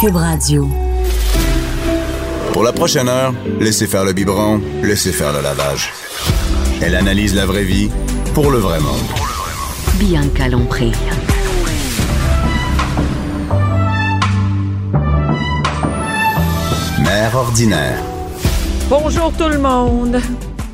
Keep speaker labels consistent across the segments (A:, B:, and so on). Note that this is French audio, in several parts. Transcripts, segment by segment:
A: Cube Radio.
B: Pour la prochaine heure, laissez faire le biberon, laissez faire le lavage. Elle analyse la vraie vie pour le vrai monde.
A: Bianca Lompré.
B: Mère ordinaire.
C: Bonjour tout le monde.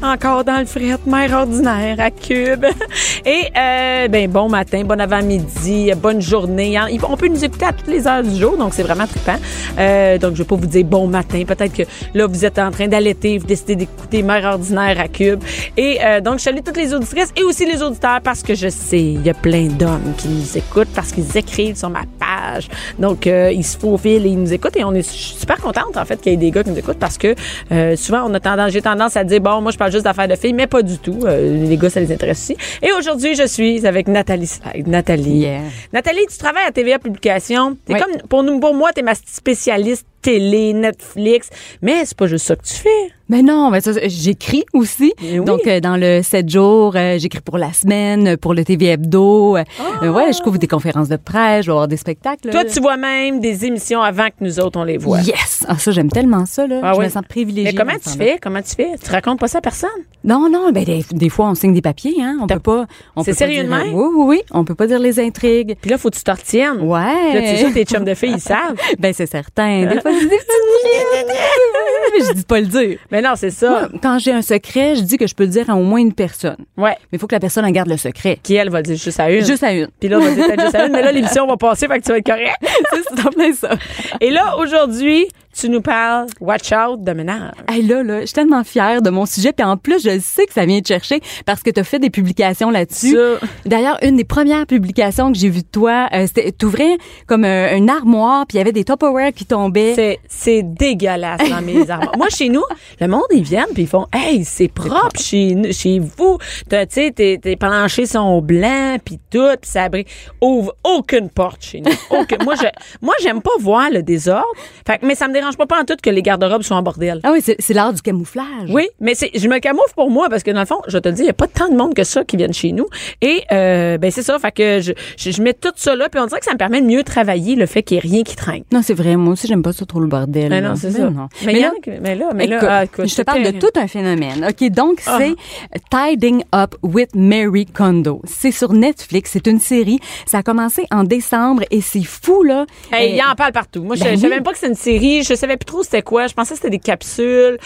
C: Encore dans le fret, mère ordinaire à Cube. Et euh, ben bon matin, bon avant-midi, bonne journée. hein. On peut nous écouter à toutes les heures du jour, donc c'est vraiment trippant. Euh, donc je vais pas vous dire bon matin. Peut-être que là vous êtes en train d'allaiter, vous décidez d'écouter mère ordinaire à Cube. Et euh, donc je salue toutes les auditrices et aussi les auditeurs parce que je sais il y a plein d'hommes qui nous écoutent parce qu'ils écrivent sur ma page. Donc euh, ils se faufilent et ils nous écoutent et on est su- super contente en fait qu'il y ait des gars qui nous écoutent parce que euh, souvent on a tendance j'ai tendance à dire bon moi je parle juste d'affaires de filles mais pas du tout Euh, les gars ça les intéresse aussi. Et aujourd'hui je suis avec Nathalie Slide. Nathalie.
D: Yeah.
C: Nathalie tu travailles à TVA Publication. T'es
D: Oui.
C: comme pour nous pour moi t'es ma spécialiste télé Netflix mais c'est pas juste ça que tu fais.
D: Mais Ben non, mais ça, j'écris aussi.
C: Mais Eh oui.
D: Donc, euh, dans le 7 jours, euh, j'écris pour la semaine, pour le TV Hebdo. Euh, euh, ouais, je couvre des conférences de presse, je vais avoir des spectacles.
C: Ah. Toi tu vois même des émissions avant que nous autres on les voit.
D: Yes! Ah, ça, j'aime tellement ça, là.
C: Ah
D: je
C: oui.
D: me sens privilégiée.
C: Mais comment
D: dans ce
C: tu
D: temps-là.
C: fais? Comment tu fais? Tu racontes pas ça à personne?
D: Non, non, ben, des, des fois, on signe des papiers, hein. On
C: T'as-
D: peut pas. on
C: C'est
D: peut pas
C: sérieux de
D: dire-
C: même?
D: Oui, oui, oui. On peut pas dire les intrigues.
C: Puis là, faut que tu t'en retiennes.
D: Ouais.
C: Puis Là, tu sais, tes chums de filles, ils savent.
D: ben, c'est certain. Des fois, je dis des petites- Mais je dis de pas le dire.
C: Mais non, c'est ça.
D: Moi, quand j'ai un secret, je dis que je peux le dire à au moins une personne.
C: Ouais.
D: Mais il faut que la personne en garde le secret.
C: Qui, elle, va dire juste à une.
D: Juste à une.
C: Puis là, on va dire peut-être juste à une. Mais là, l'émission va passer, fait que tu vas être correct.
D: C'est- c'est en plein ça.
C: Et là, aujourd'hui, tu nous parles Watch Out de ménage.
D: Hey, là, là, je suis tellement fière de mon sujet. Puis en plus, je sais que ça vient te chercher parce que tu as fait des publications là-dessus.
C: Ça.
D: D'ailleurs, une des premières publications que j'ai vues de toi, euh, c'était t'ouvrais comme un- une armoire, puis il y avait des Tupperware qui tombaient.
C: C'est, c'est dégueulasse dans mes armoires. Moi, chez nous, le monde, ils viennent puis ils font Hey, c'est propre chez, nous- chez vous. T'as- Tu sais, tes, tes planchers sont blancs puis tout, puis ça brille. Ouvre aucune porte chez nous. Aucune. moi, je, moi, j'aime pas voir le désordre. Fait, que- mais ça me dérange pas, pas en tout que les garde-robes soient en bordel.
D: Ah oui, c'est c'est l'art du camouflage.
C: Oui, mais c'est, je me camoufle pour moi parce que dans le fond, je te le dis, il n'y a pas tant de monde que ça qui viennent chez nous. Et euh, ben c'est ça, fait que je, je, je mets tout ça là, puis on dirait que ça me permet de mieux travailler le fait qu'il n'y ait rien qui traîne.
D: Non, c'est vrai. Moi aussi, j'aime pas ça trop le bordel.
C: Mais
D: là.
C: non, c'est
D: Ben
C: ça.
D: non.
C: Mais, il y en a qui- mais là, mais là,
D: Écoute,
C: ah, écoute,
D: je te
C: c'est
D: parle de
C: terrible. Ah.
D: tout un phénomène. OK, donc c'est Tiding Up with Mary Kondo. C'est sur Netflix, c'est une série. Ça a commencé en décembre et c'est fou, là.
C: Hey,
D: Euh,
C: il en parle partout. Moi, je,
D: ben
C: je savais
D: oui.
C: même pas que c'était une série. Je savais plus trop c'était quoi. Je pensais que c'était des capsules.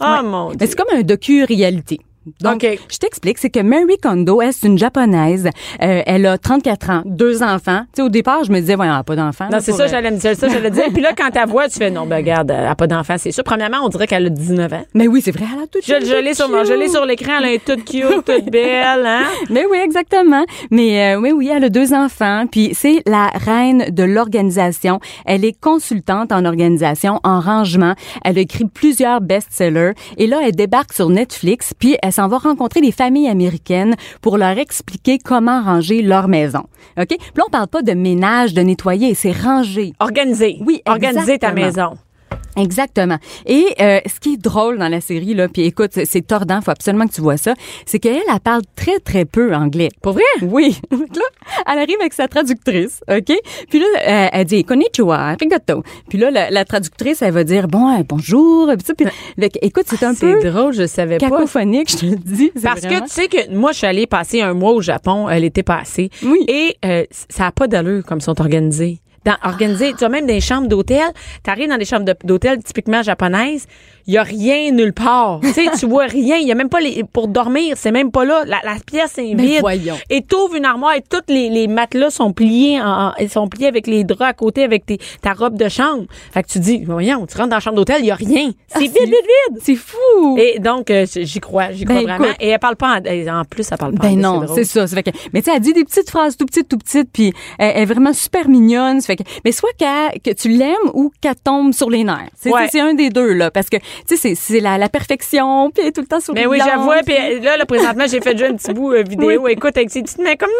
C: Oh mon
D: Mais
C: dieu.
D: c'est comme un docu-réalité. Donc,
C: OK.
D: je t'explique, c'est que Mary Kondo, elle, c'est une japonaise. Euh, elle a 34 ans, deux enfants. Tu sais, au départ, je me disais, voyons, elle a pas d'enfants.
C: Non,
D: là,
C: c'est
D: pour,
C: ça,
D: euh,
C: j'allais me dire ça, j'allais dire. Puis là, quand ta voix, tu fais non, ben regarde, elle n'a pas d'enfant, c'est sûr. Premièrement, on dirait qu'elle a 19 ans.
D: Mais oui, c'est vrai, elle a tout
C: Je, je l'ai sur, moi, je l'ai sur l'écran, elle est toute cute, toute belle, hein?
D: Mais oui, exactement. Mais euh, oui, oui, elle a deux enfants. Puis c'est la reine de l'organisation. Elle est consultante en organisation, en rangement. Elle a écrit plusieurs best-sellers. Et là, elle débarque sur Netflix. Puis elle s'en va rencontrer des familles américaines pour leur expliquer comment ranger leur maison. OK? Puis là, on parle pas de ménage, de nettoyer. C'est ranger.
C: Organiser.
D: Oui,
C: Organiser ta
D: exactement.
C: maison.
D: Exactement. Et euh, ce qui est drôle dans la série, là, puis écoute, c'est- c'est tordant, faut absolument que tu vois ça, c'est qu'elle, elle parle très, très peu anglais.
C: Pour vrai?
D: Oui. Donc là, elle arrive avec sa traductrice, OK? Puis là, euh, elle dit « Konnichiwa, arigato ». Puis là, la, la traductrice, elle va dire « Bon, euh, bonjour ». Puis ça, puis- le- écoute, c'est un peu
C: Ah, drôle, je savais
D: cacophonique, je te le dis. C'est
C: Parce que
D: vraiment-
C: tu sais que moi, je suis allée passer un mois au Japon euh, l'été passé.
D: Oui.
C: Et euh, ça n'a pas d'allure comme ils sont organisés. Dans, organisés, tu as même des chambres d'hôtel. Tu arrives dans des chambres de- d'hôtel typiquement japonaises, il n'y a rien nulle part. tu sais, tu vois rien. Il n'y a même pas les, pour dormir, c'est même pas là. La, la pièce est
D: Mais
C: vide.
D: Ben voyons.
C: Et t'ouvres une armoire et tous les, les matelas sont pliés, en, en- ils sont pliés avec les draps à côté, avec tes- ta robe de chambre. Fait que tu dis, voyons, tu rentres dans la chambre d'hôtel, il n'y a rien. C'est
D: Ah,
C: vide, vide, vide.
D: C'est fou!
C: Et donc, euh, j'y crois, j'y crois
D: Ben,
C: vraiment.
D: écoute.
C: Et elle parle pas en, et en plus, elle parle pas
D: Ben
C: anglais,
D: non,
C: drôle.
D: c'est ça. Ça fait que, mais tu sais, elle dit des petites phrases tout petites, tout petites, puis elle, elle est vraiment super mignonne. Ça fait que, mais soit qu'elle- que tu l'aimes ou qu'elle tombe sur les nerfs. C'est
C: Ouais.
D: c'est un des deux, là, parce que, tu sais, c'est- c'est la, la perfection, puis elle est tout le temps sur
C: Mais Ben oui, j'avoue. Puis euh, là, là, présentement, j'ai fait déjà un petit bout euh, vidéo. Écoute, avec ses petites mains comme...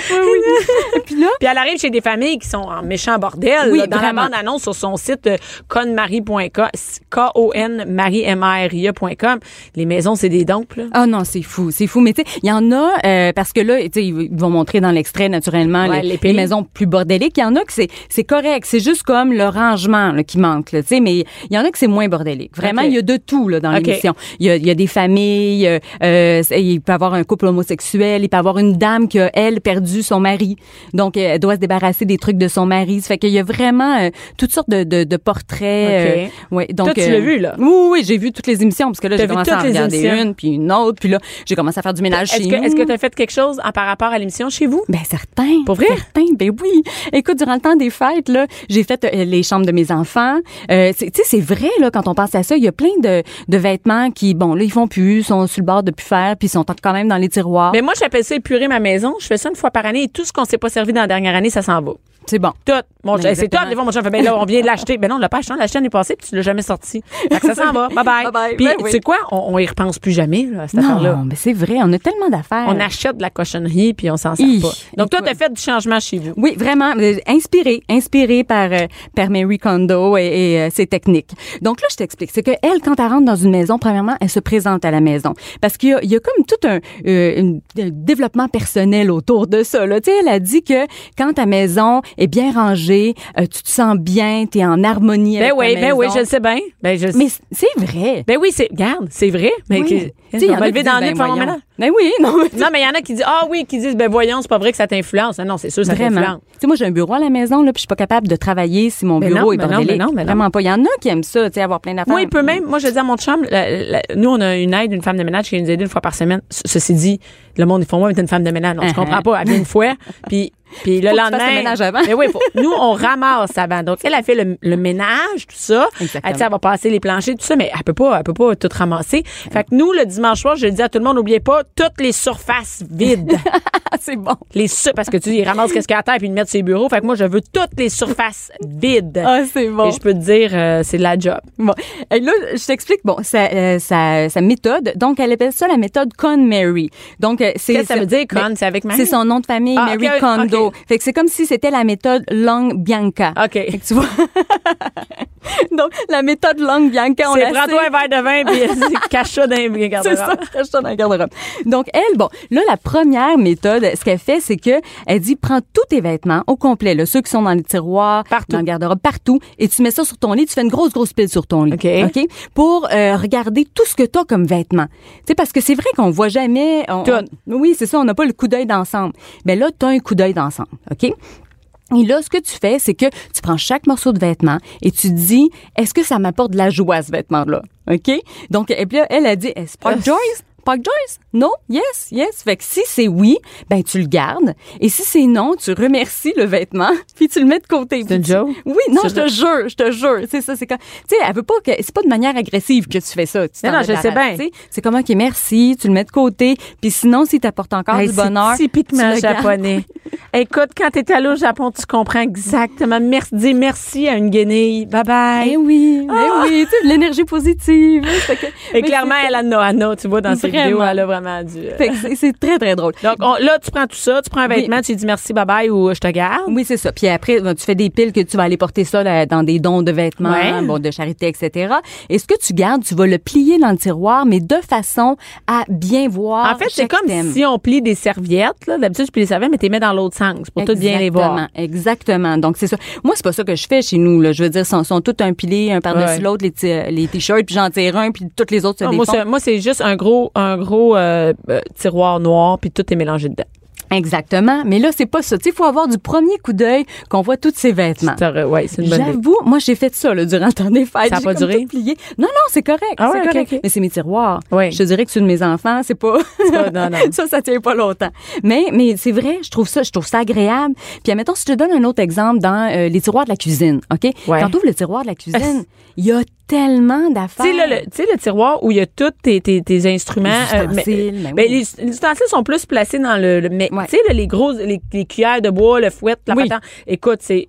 D: Puis là,
C: Puis elle arrive chez des familles qui sont en méchant bordel.
D: Oui,
C: là, dans
D: vraiment.
C: la bande-annonce sur son site euh, conmarie.com, K-O-N-Marie-M-A-R-I-E.com. Les maisons, c'est des dompes, là.
D: Ah non, c'est fou, c'est fou. Mais tu sais, il y en a euh, parce que là, tu sais, ils vont montrer dans l'extrait naturellement
C: Ouais,
D: les,
C: les pays.
D: les maisons plus bordéliques. Il y en a qui c'est c'est correct. C'est juste comme le rangement là, qui manque. là, Tu sais, mais il y en a que c'est moins bordélique. Vraiment,
C: OK.
D: il y a de tout là, dans
C: OK.
D: l'émission. Il y a, il y a des familles. euh, euh, c'est- il peut y avoir un couple homosexuel. Il peut y avoir une dame qui a elle perdu son mari. Donc euh, elle doit se débarrasser des trucs de son mari. Ça fait qu'il y a vraiment euh, toutes sortes de, de, de portraits.
C: OK.
D: euh, ouais. Donc
C: Toi, tu l'as vu, là?
D: Oui, oui, oui, j'ai vu toutes les émissions parce que là
C: T'as
D: j'ai
C: vu
D: commencé à
C: toutes
D: en
C: les
D: regarder
C: émissions?
D: une puis une autre puis là j'ai commencé à faire du ménage
C: Est-ce
D: chez
C: que
D: nous.
C: est-ce que t'as fait quelque chose en- par rapport à l'émission chez vous?
D: Ben certain.
C: Pour vrai?
D: Certain, ben oui. Écoute, durant le temps des fêtes, là, j'ai fait euh, les chambres de mes enfants. Euh, c'est- tu sais, c'est vrai, là, quand on pense à ça, il y a plein de, de vêtements qui, bon, là, ils font plus, sont sur le bord de plus faire, puis ils sont quand même dans les tiroirs.
C: Mais moi, j'appelle ça épurer ma maison. Je fais ça une fois par année et tout ce qu'on s'est pas servi dans la dernière année, ça s'en va.
D: C'est bon.
C: Tout. Mon
D: Ben,
C: chum- c'est tout.
D: exactement.
C: Des fois, mon chum fait, ben là, on vient de l'acheter. Ben non, on l'a pas acheté. La chaîne est passée puis tu l'as jamais sorti. Fait que ça s'en va. Bye bye.
D: Bye-bye.
C: Puis,
D: Ben
C: tu
D: oui.
C: sais quoi? On, on y repense plus jamais, là, à cette affaire-là.
D: Non, mais c'est vrai, on a tellement d'affaires.
C: On achète de la cochonnerie puis on s'en sert
D: Hi.
C: pas. Donc, toi,
D: Écoute.
C: t'as fait du changement chez vous.
D: Oui, vraiment, euh, inspirée, inspirée par, euh, par Mary Kondo et, et, euh, ses techniques. Donc là, je t'explique. C'est que elle, quand elle rentre dans une maison, premièrement, elle se présente à la maison. Parce qu'il y a, il y a comme tout un, euh, une- un développement personnel autour de ça. Là. Tu sais, elle a dit que quand ta maison est bien rangée, euh, tu te sens bien, tu es en harmonie
C: Ben
D: avec
C: oui,
D: ta
C: ben
D: maison.
C: oui, je le sais bien. Ben, je le sais.
D: Mais c'est vrai.
C: Ben oui, c'est. Regarde, c'est vrai. Mais
D: Oui.
C: Ben, que- eh,
D: Tu sais, il y
C: on
D: en
C: va
D: a
C: lever
D: qui
C: dans
D: disent,
C: le nez, puis
D: ben
C: on va
D: voyons.
C: mettre-
D: Ben oui, non. mais-
C: Non, mais il y en a qui disent Ah oui, qui disent Ben voyons, c'est pas vrai que ça t'influence. Non, non, c'est sûr, ça
D: Vraiment.
C: t'influence.
D: Tu sais, moi, j'ai un bureau à la maison, là, puis je suis pas capable de travailler si mon
C: Mais
D: bureau
C: non,
D: est
C: mais non,
D: bordélique.
C: mais non, mais non.
D: Vraiment pas. Il y en a qui aiment ça, tu sais, avoir plein d'affaires.
C: Moi, il peut même. Moi, je dis à mon chum, la- la- nous, on a une aide, une femme de ménage qui nous aide une fois par semaine. Ce- Ceci dit, le monde, ils font moi, mais t'es une femme de ménage. On se
D: Uh-huh.
C: comprend pas. Elle vient une fois, puis. Puis le
D: Faut que tu
C: lendemain.
D: fasses le ménage avant.
C: Mais oui, faut- nous, on ramasse avant. Donc, elle a fait le, le ménage, tout ça.
D: Exactement.
C: Elle, dit, elle va passer les planchers, tout ça, mais elle peut pas, elle peut pas tout ramasser. Fait que nous, le dimanche soir, je dis à tout le monde, n'oubliez pas toutes les surfaces vides.
D: Ah, c'est bon.
C: les sur parce que tu dis, ils ramassent qu'est-ce qu'il y a à terre puis ils le mettent sur les bureaux. Fait que moi, je veux toutes les surfaces vides.
D: Ah, c'est bon.
C: Et je peux te dire, euh, c'est de la job.
D: Bon. Et là, je t'explique, bon, sa, euh, sa, sa méthode. Donc, elle appelle ça la méthode Con Mary. Donc, euh, c'est.
C: Qu'est-ce que ça
D: c'est-
C: veut dire, Con?
D: Ben,
C: C'est avec Mary?
D: C'est son nom de famille,
C: Ah,
D: Mary
C: ok,
D: Kondo.
C: ok.
D: Fait que c'est comme si c'était la méthode Long Bianca.
C: OK.
D: Fait que tu vois. Donc, la méthode Long Bianca, on
C: C'est
D: la
C: prends-toi
D: sait.
C: un verre de vin puis cache ça dans les
D: C'est ça,
C: garde-robes.
D: cache ça dans le garde-robe. Donc, elle, bon, là, la première méthode, ce qu'elle fait, c'est que elle dit, prends tous tes vêtements au complet, là, ceux qui sont dans les tiroirs,
C: Partout.
D: dans le garde-robe, partout, et tu mets ça sur ton lit, tu fais une grosse, grosse pile sur ton lit.
C: OK.
D: Pour euh, regarder tout ce que tu as comme vêtements. Tu sais, parce que c'est vrai qu'on voit jamais... on-
C: Tout.
D: on- oui, c'est ça, on n'a pas le coup d'œil d'ensemble. Mais là, tu as un coup d'œil d'ensemble, OK et là, ce que tu fais, c'est que tu prends chaque morceau de vêtement et tu te dis, est-ce que ça m'apporte de la joie, ce vêtement-là? OK? Donc, et puis là, elle a dit, est-ce pas
C: Euh,
D: Joyce? Pas Joyce? Non? Yes, yes. Fait que si c'est oui, ben, tu le gardes. Et si c'est non, tu remercies le vêtement, puis tu le mets de côté. Puis
C: une
D: tu-
C: joke?
D: Oui, non,
C: C'est
D: je te jure, je te jure. C'est ça, c'est quand, tu sais, elle veut pas que, c'est pas de manière agressive que tu fais ça. Tu
C: Non,
D: t'en
C: non, je le sais
D: débarrasses,
C: bien.
D: tu sais. C'est comme, OK, merci, tu le mets de côté, puis sinon, si t'apporte encore
C: Hey,
D: du bonheur.
C: C'est typiquement
D: tu le gardes.
C: japonais. Écoute, quand t'es allé au Japon, tu comprends exactement. Merci, dis merci à une guenille. Bye bye.
D: Eh oui, eh oui, tu sais, l'énergie positive. hein, Fait que-
C: Et
D: mais
C: clairement, elle a Noana, tu vois, dans ses
D: Vraiment.
C: vidéos, elle a vraiment dû. euh,
D: c'est- fait que c'est- c'est très, très drôle.
C: Donc on- là, tu prends tout ça, tu prends un vêtement, tu lui dis merci, bye bye ou euh, je te garde.
D: Oui, c'est ça. Puis après, ben, tu fais des piles que tu vas aller porter ça là, dans des dons de vêtements,
C: Ouais.
D: bon, de charité, etc. Et ce que tu gardes, tu vas le plier dans le tiroir, mais de façon à bien voir.
C: En fait, c'est
D: Ah, chaque
C: comme
D: thème.
C: si on plie des serviettes. là. D'habitude, je plie les serviettes, mais tu les mets dans l'autre sens pour tout bien les voir.
D: Exactement, Exactement. Donc, c'est ça. Moi, c'est pas ça que je fais chez nous. Là. Je veux dire, ils sont, sont tous un pilé, un par-dessus
C: Ouais.
D: l'autre, les t- les t-shirts, puis j'en tire un, puis toutes les autres se
C: Non, Ah, moi,
D: défont.
C: c'est- moi, c'est juste un gros, un gros euh, euh, tiroir noir, puis tout est mélangé dedans.
D: Exactement. Mais là, c'est pas ça. Il faut avoir du premier coup d'œil qu'on voit tous ces vêtements.
C: Ça aurait- Ouais, c'est une bonne idée.
D: Ah. J'avoue, moi j'ai fait ça là, durant le temps des fêtes.
C: Ça a
D: J'ai
C: pas
D: comme
C: duré?
D: tout plié. Non, non, c'est correct.
C: Ah ouais,
D: c'est
C: ok,
D: correct.
C: ok.
D: Mais c'est mes tiroirs.
C: Oui.
D: Je te dirais que ceux de mes enfants, c'est pas.
C: pas- non, non.
D: ça, ça tient pas longtemps. Mais, mais c'est vrai, je trouve ça, je trouve ça agréable. Puis, admettons, si je te donne un autre exemple dans euh, les tiroirs de la cuisine, OK?
C: Ouais.
D: Quand t'ouvres le tiroir de la cuisine, il y a tellement d'affaires.
C: Tu sais, là, le, tu sais, le tiroir où il y a tous tes, tes, tes instruments.
D: Les
C: euh, mais-
D: ustensiles, ben
C: ben,
D: oui.
C: les, les ustensiles sont plus placés dans le. le- mais
D: Ouais.
C: tu sais, là, les grosses, les, les cuillères de bois, le fouet, la
D: Oui. Ben
C: patente. Écoute, c'est.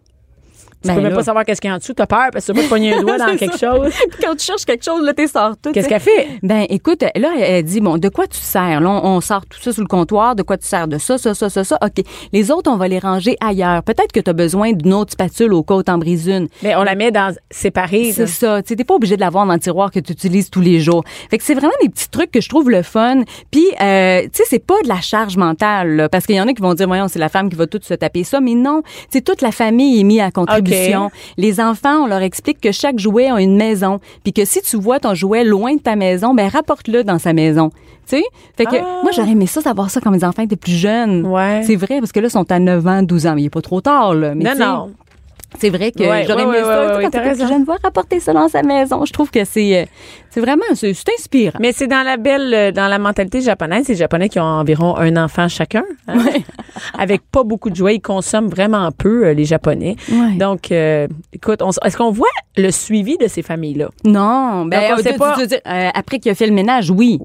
C: Tu peux même pas savoir qu'est-ce qu'il y a en dessous. T'as peur parce que tu vas te pogner un doigt dans
D: C'est
C: quelque
D: ça.
C: chose.
D: Puis quand tu cherches quelque chose, là, t'es sors tout.
C: Qu'est-ce
D: tu sais.
C: qu'elle fait?
D: Ben, écoute, là, elle- elle dit, bon, de quoi tu sers? Là, on, on sort tout ça sur le comptoir. De quoi tu sers? De ça, ça, ça, ça, ça. OK. Les autres, on va les ranger ailleurs. Peut-être que tu as besoin d'une autre spatule au cas où t'en brises une.
C: Mais on la met dans séparée.
D: C'est ça. Tu n'es pas obligé de l'avoir dans le tiroir que tu utilises tous les jours. Fait que c'est vraiment des petits trucs que je trouve le fun. Puis, euh, tu sais, c'est pas de la charge mentale, là, parce qu'il y en a qui vont dire, voyons, c'est la femme qui va tout se taper ça. Mais non, c'est toute la famille est mise à
C: OK.
D: contribution. Les enfants, on leur explique que chaque jouet a une maison, puis que si tu vois ton jouet loin de ta maison, ben rapporte-le dans sa maison. Tu sais? Fait que
C: Ah.
D: moi, j'aurais aimé ça, savoir ça quand mes enfants étaient plus jeunes.
C: Ouais.
D: C'est vrai, parce que là, ils sont à 9 ans, 12 ans. Mais il est pas trop tard, là. Mais
C: Non,
D: tu sais,
C: non.
D: c'est vrai que
C: Ouais,
D: j'aurais
C: ouais,
D: aimé
C: ouais,
D: ça.
C: ouais,
D: Tu sais,
C: ouais,
D: quand
C: t'as
D: t'es plus
C: raison.
D: jeune, voir rapporter ça dans sa maison. Je trouve que c'est, euh, c'est vraiment, c'est, c'est inspirant.
C: Mais c'est dans la belle, euh, dans la mentalité japonaise. Les Japonais qui ont environ un enfant chacun, hein. avec pas beaucoup de jouets, ils consomment vraiment peu euh, les Japonais.
D: Ouais.
C: Donc, euh, écoute, on s- est-ce qu'on voit le suivi de ces familles-là
D: non, ben,
C: Donc, on
D: euh,
C: sait
D: tu-
C: pas-
D: tu- tu- tu- euh, après qu'il a fait le ménage, oui.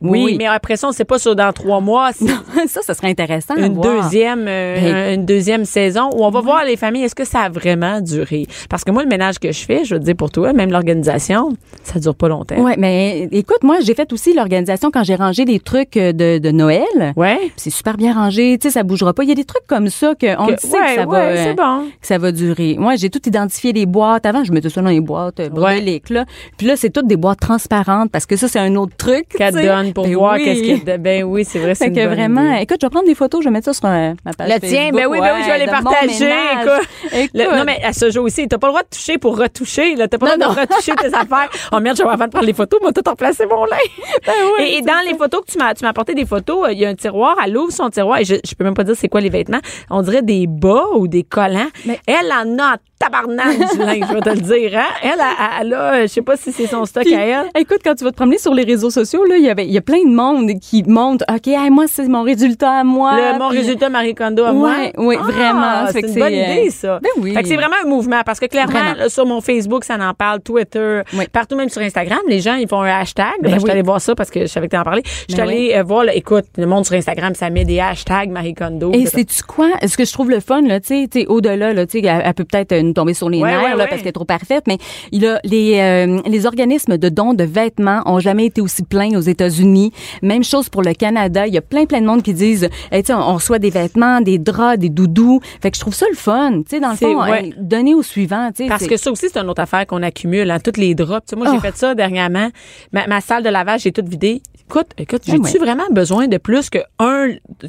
C: mais après ça, on sait pas sur dans trois mois. si
D: ça, ça serait intéressant. à
C: une
D: voir.
C: deuxième euh,
D: Ben-
C: une deuxième saison où on va voir les familles est-ce que ça a vraiment duré parce que moi le ménage que je fais je veux te dire pour toi même l'organisation ça dure pas longtemps
D: Ouais, mais écoute, moi, j'ai fait aussi l'organisation quand j'ai rangé les trucs euh, de, de Noël.
C: ouais
D: C'est super bien rangé, tu sais, ça bougera pas. Il y a des trucs comme ça que on
C: Que-
D: le sait
C: ouais,
D: que ça va,
C: ouais,
D: euh,
C: c'est bon.
D: que ça va durer. Moi, j'ai tout identifié les boîtes. Avant, je mettais ça dans les boîtes euh, bordéliques, là. Puis là, c'est toutes des boîtes transparentes parce que ça, c'est un auautre truc.
C: qu'elle
D: tu sais.
C: donne pour
D: Ben
C: voir
D: oui.
C: qu'est-ce qu'il y a de- ben oui c'est vrai c'est
D: Fait
C: une
D: que
C: bonne
D: vraiment,
C: idée.
D: écoute, je vais prendre des photos, je vais mettre ça sur euh, ma page.
C: le tien, ben
D: Facebook.
C: oui, ben oui, je vais
D: Ouais,
C: les
D: de mon
C: partager.
D: ménage.
C: Écoute. Le-
D: Écoute.
C: non, mais à ce jour-ci, t'as pas le droit de toucher pour retoucher. Là. T'as pas le
D: Non,
C: droit de retoucher tes affaires. Oh merde, j'avais avant de prendre les photos, moi, tout remplacé mon linge.
D: Ben oui,
C: et et dans les photos que tu m'as, tu m'as apporté des photos, euh, il y a un tiroir, elle ouvre son tiroir, et je, je peux même pas dire c'est quoi les vêtements. On dirait des bas ou des collants. Elle en a en tabarnak du linge, je vais te le dire. Hein? Elle, elle, elle a, euh, je sais pas si c'est son stock
D: Puis,
C: à elle.
D: Écoute, quand tu vas te promener sur les réseaux sociaux, là, il y avait, il y a plein de monde qui monte. Ok, hey, moi c'est mon résultat à moi.
C: Le, mon
D: Ah, Puis-
C: résultat Marie Kondo à moi. Ah,
D: Ouais, ouais, vraiment. Ça fait
C: C'est
D: que
C: une
D: c'est,
C: bonne
D: euh,
C: idée, ça.
D: ben oui.
C: Fait que c'est vraiment un mouvement parce que clairement,
D: Vraiment.
C: là, sur mon Facebook, ça en parle, Twitter,
D: Oui.
C: partout, même sur Instagram, les gens, ils font un hashtag. Ben, je suis
D: oui.
C: allée voir ça parce que je savais que t'en parlais. Je suis
D: Ben
C: allée euh, voir, là, écoute, le monde sur Instagram, ça met des hashtags Marie Kondo.
D: Et c'est-tu quoi? Ce que je trouve le fun, là, tu sais, tu sais, au-delà, là, tu sais, elle, elle peut peut-être euh, nous tomber sur les
C: Ouais,
D: nerfs,
C: ouais,
D: là,
C: ouais.
D: parce qu'elle est trop parfaite, mais il a, les, euh, les organismes de dons de vêtements ont jamais été aussi pleins aux États-Unis. Même chose pour le Canada. Il y a plein, plein de monde qui disent, hey, tu sais, on, on reçoit des vêtements, des draps, des doudous. Fait que je trouve ça le fun, tu sais, dans le
C: C'est-
D: fond,
C: ouais.
D: hey, donner au suivant, tu sais.
C: Parce
D: c'est-
C: que ça aussi, c'est une autre affaire qu'on accumule, hein, toutes les drops. Tu sais, moi, j'ai
D: Oh.
C: fait ça dernièrement. Ma, ma salle de lavage, j'ai toute vidée. Écoute, écoute,
D: Ah
C: j'ai-tu
D: ouais.
C: vraiment besoin de plus qu'un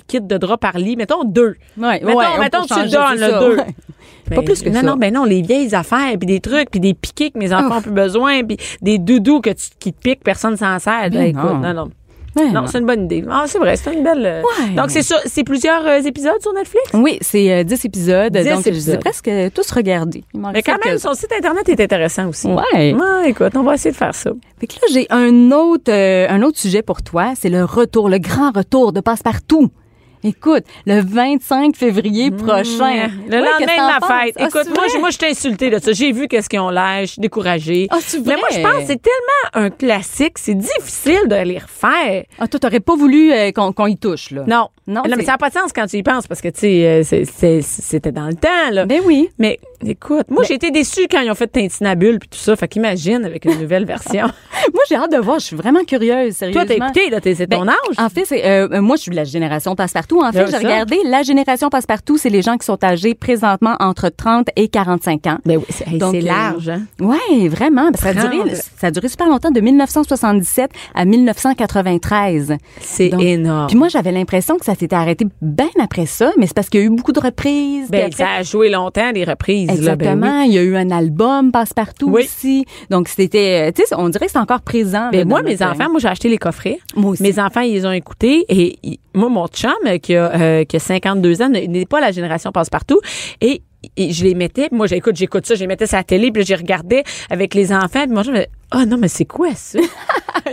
C: kit de draps par lit? Mettons deux.
D: Ouais,
C: mettons,
D: ouais, on
C: mettons
D: peut
C: que tu
D: changer,
C: donnes
D: c'est
C: le
D: ça,
C: deux.
D: ouais. Pas plus que
C: non,
D: ça. Oh.
C: Non, ben non, les vieilles affaires, puis des trucs, puis des piquets que mes enfants ont plus besoin, puis des doudous que tu, qui te piquent, personne s'en sert.
D: Ben
C: Hey, écoute,
D: non.
C: non, non.
D: Ouais,
C: Non,
D: non.
C: c'est une bonne idée. Ah, c'est vrai, c'est une belle. euh,
D: Ouais.
C: Donc, c'est ça, c'est plusieurs euh, épisodes sur Netflix.
D: Oui, c'est euh, 10 épisodes,
C: 10
D: donc je les ai
C: épisodes.
D: presque tous regardés. Il m'en
C: Mais
D: reste
C: quand même,
D: quelques-uns.
C: son site Internet est intéressant aussi.
D: Ouais.
C: Ouais, écoute, on va essayer de faire ça.
D: Fait que là, j'ai un autre, euh, un autre sujet pour toi. C'est le retour, le grand retour de Passepartout. Écoute, le 25 février prochain.
C: Mmh. Le
D: Ouais, qu'est-ce
C: lendemain
D: que t'en
C: de ma fête.
D: penses? Ah,
C: Écoute,
D: c'est
C: moi,
D: vrai?
C: je- moi, je t'ai insulté de ça. J'ai vu qu'est-ce qu'ils ont l'air. Je suis découragée.
D: Ah, c'est
C: Mais moi, je
D: vrai?
C: pense que c'est tellement un classique. C'est difficile de les refaire.
D: Ah, toi, t'aurais pas voulu euh, qu'on qu'on y touche, là.
C: Non.
D: Non,
C: mais
D: c'est-
C: ça n'a pas de sens quand tu y penses parce que, tu sais, euh, c'est- c'est- c'était dans le temps, là.
D: Ben oui.
C: Mais écoute, moi, j'ai été déçue quand ils ont fait Tintinabule puis tout ça. Fait qu'imagine avec une nouvelle version.
D: Moi, j'ai hâte de voir. Je suis vraiment curieuse,
C: Toi,
D: sérieusement.
C: t'as écouté, là, t'es- c'est ton
D: Ben,
C: âge.
D: En fait, c'est, euh, moi, je suis de la génération passe-partout. En fait,
C: Là,
D: j'ai
C: ça.
D: regardé la génération passe-partout, c'est les gens qui sont âgés présentement entre 30 et 45 ans.
C: Ben oui, c'est hey,
D: Donc,
C: c'est
D: euh,
C: large, hein.
D: Oui, vraiment. Ça a,
C: 30.
D: duré, ça a duré super longtemps, de 1977 à 1993.
C: C'est
D: Donc,
C: énorme.
D: Puis moi, j'avais l'impression que ça s'était arrêté bien après ça, mais c'est parce qu'il y a eu beaucoup de reprises.
C: ben,
D: puis
C: ça
D: après-
C: a joué longtemps, les reprises, là. Ben oui.
D: Exactement. Il y a eu un album passe-partout
C: Oui.
D: aussi. Donc, c'était, euh, tu sais, on dirait que c'est encore présent. là,
C: Ben
D: dans
C: moi, mes
D: notre- euh,
C: enfants, moi, j'ai acheté les coffrets.
D: Moi aussi.
C: Mes enfants, ils les ont écoutés. Et ils- moi, mon chum, euh, qui a, euh, qui a 52 ans, n'est- n'est pas la génération passe-partout. Et, et je les mettais. Moi, j'écoute, j'écoute ça. Je les mettais sur la télé. Puis là, j'y regardais avec les enfants. Puis mon chum, il fait, ah non, mais c'est quoi ça?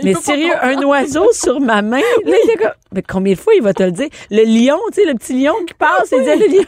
C: mais sérieux, un oiseau sur ma main. Là, il est comme, mais combien de fois il va te le dire? Le lion, tu sais, le petit lion qui passe. Il dit, le lion.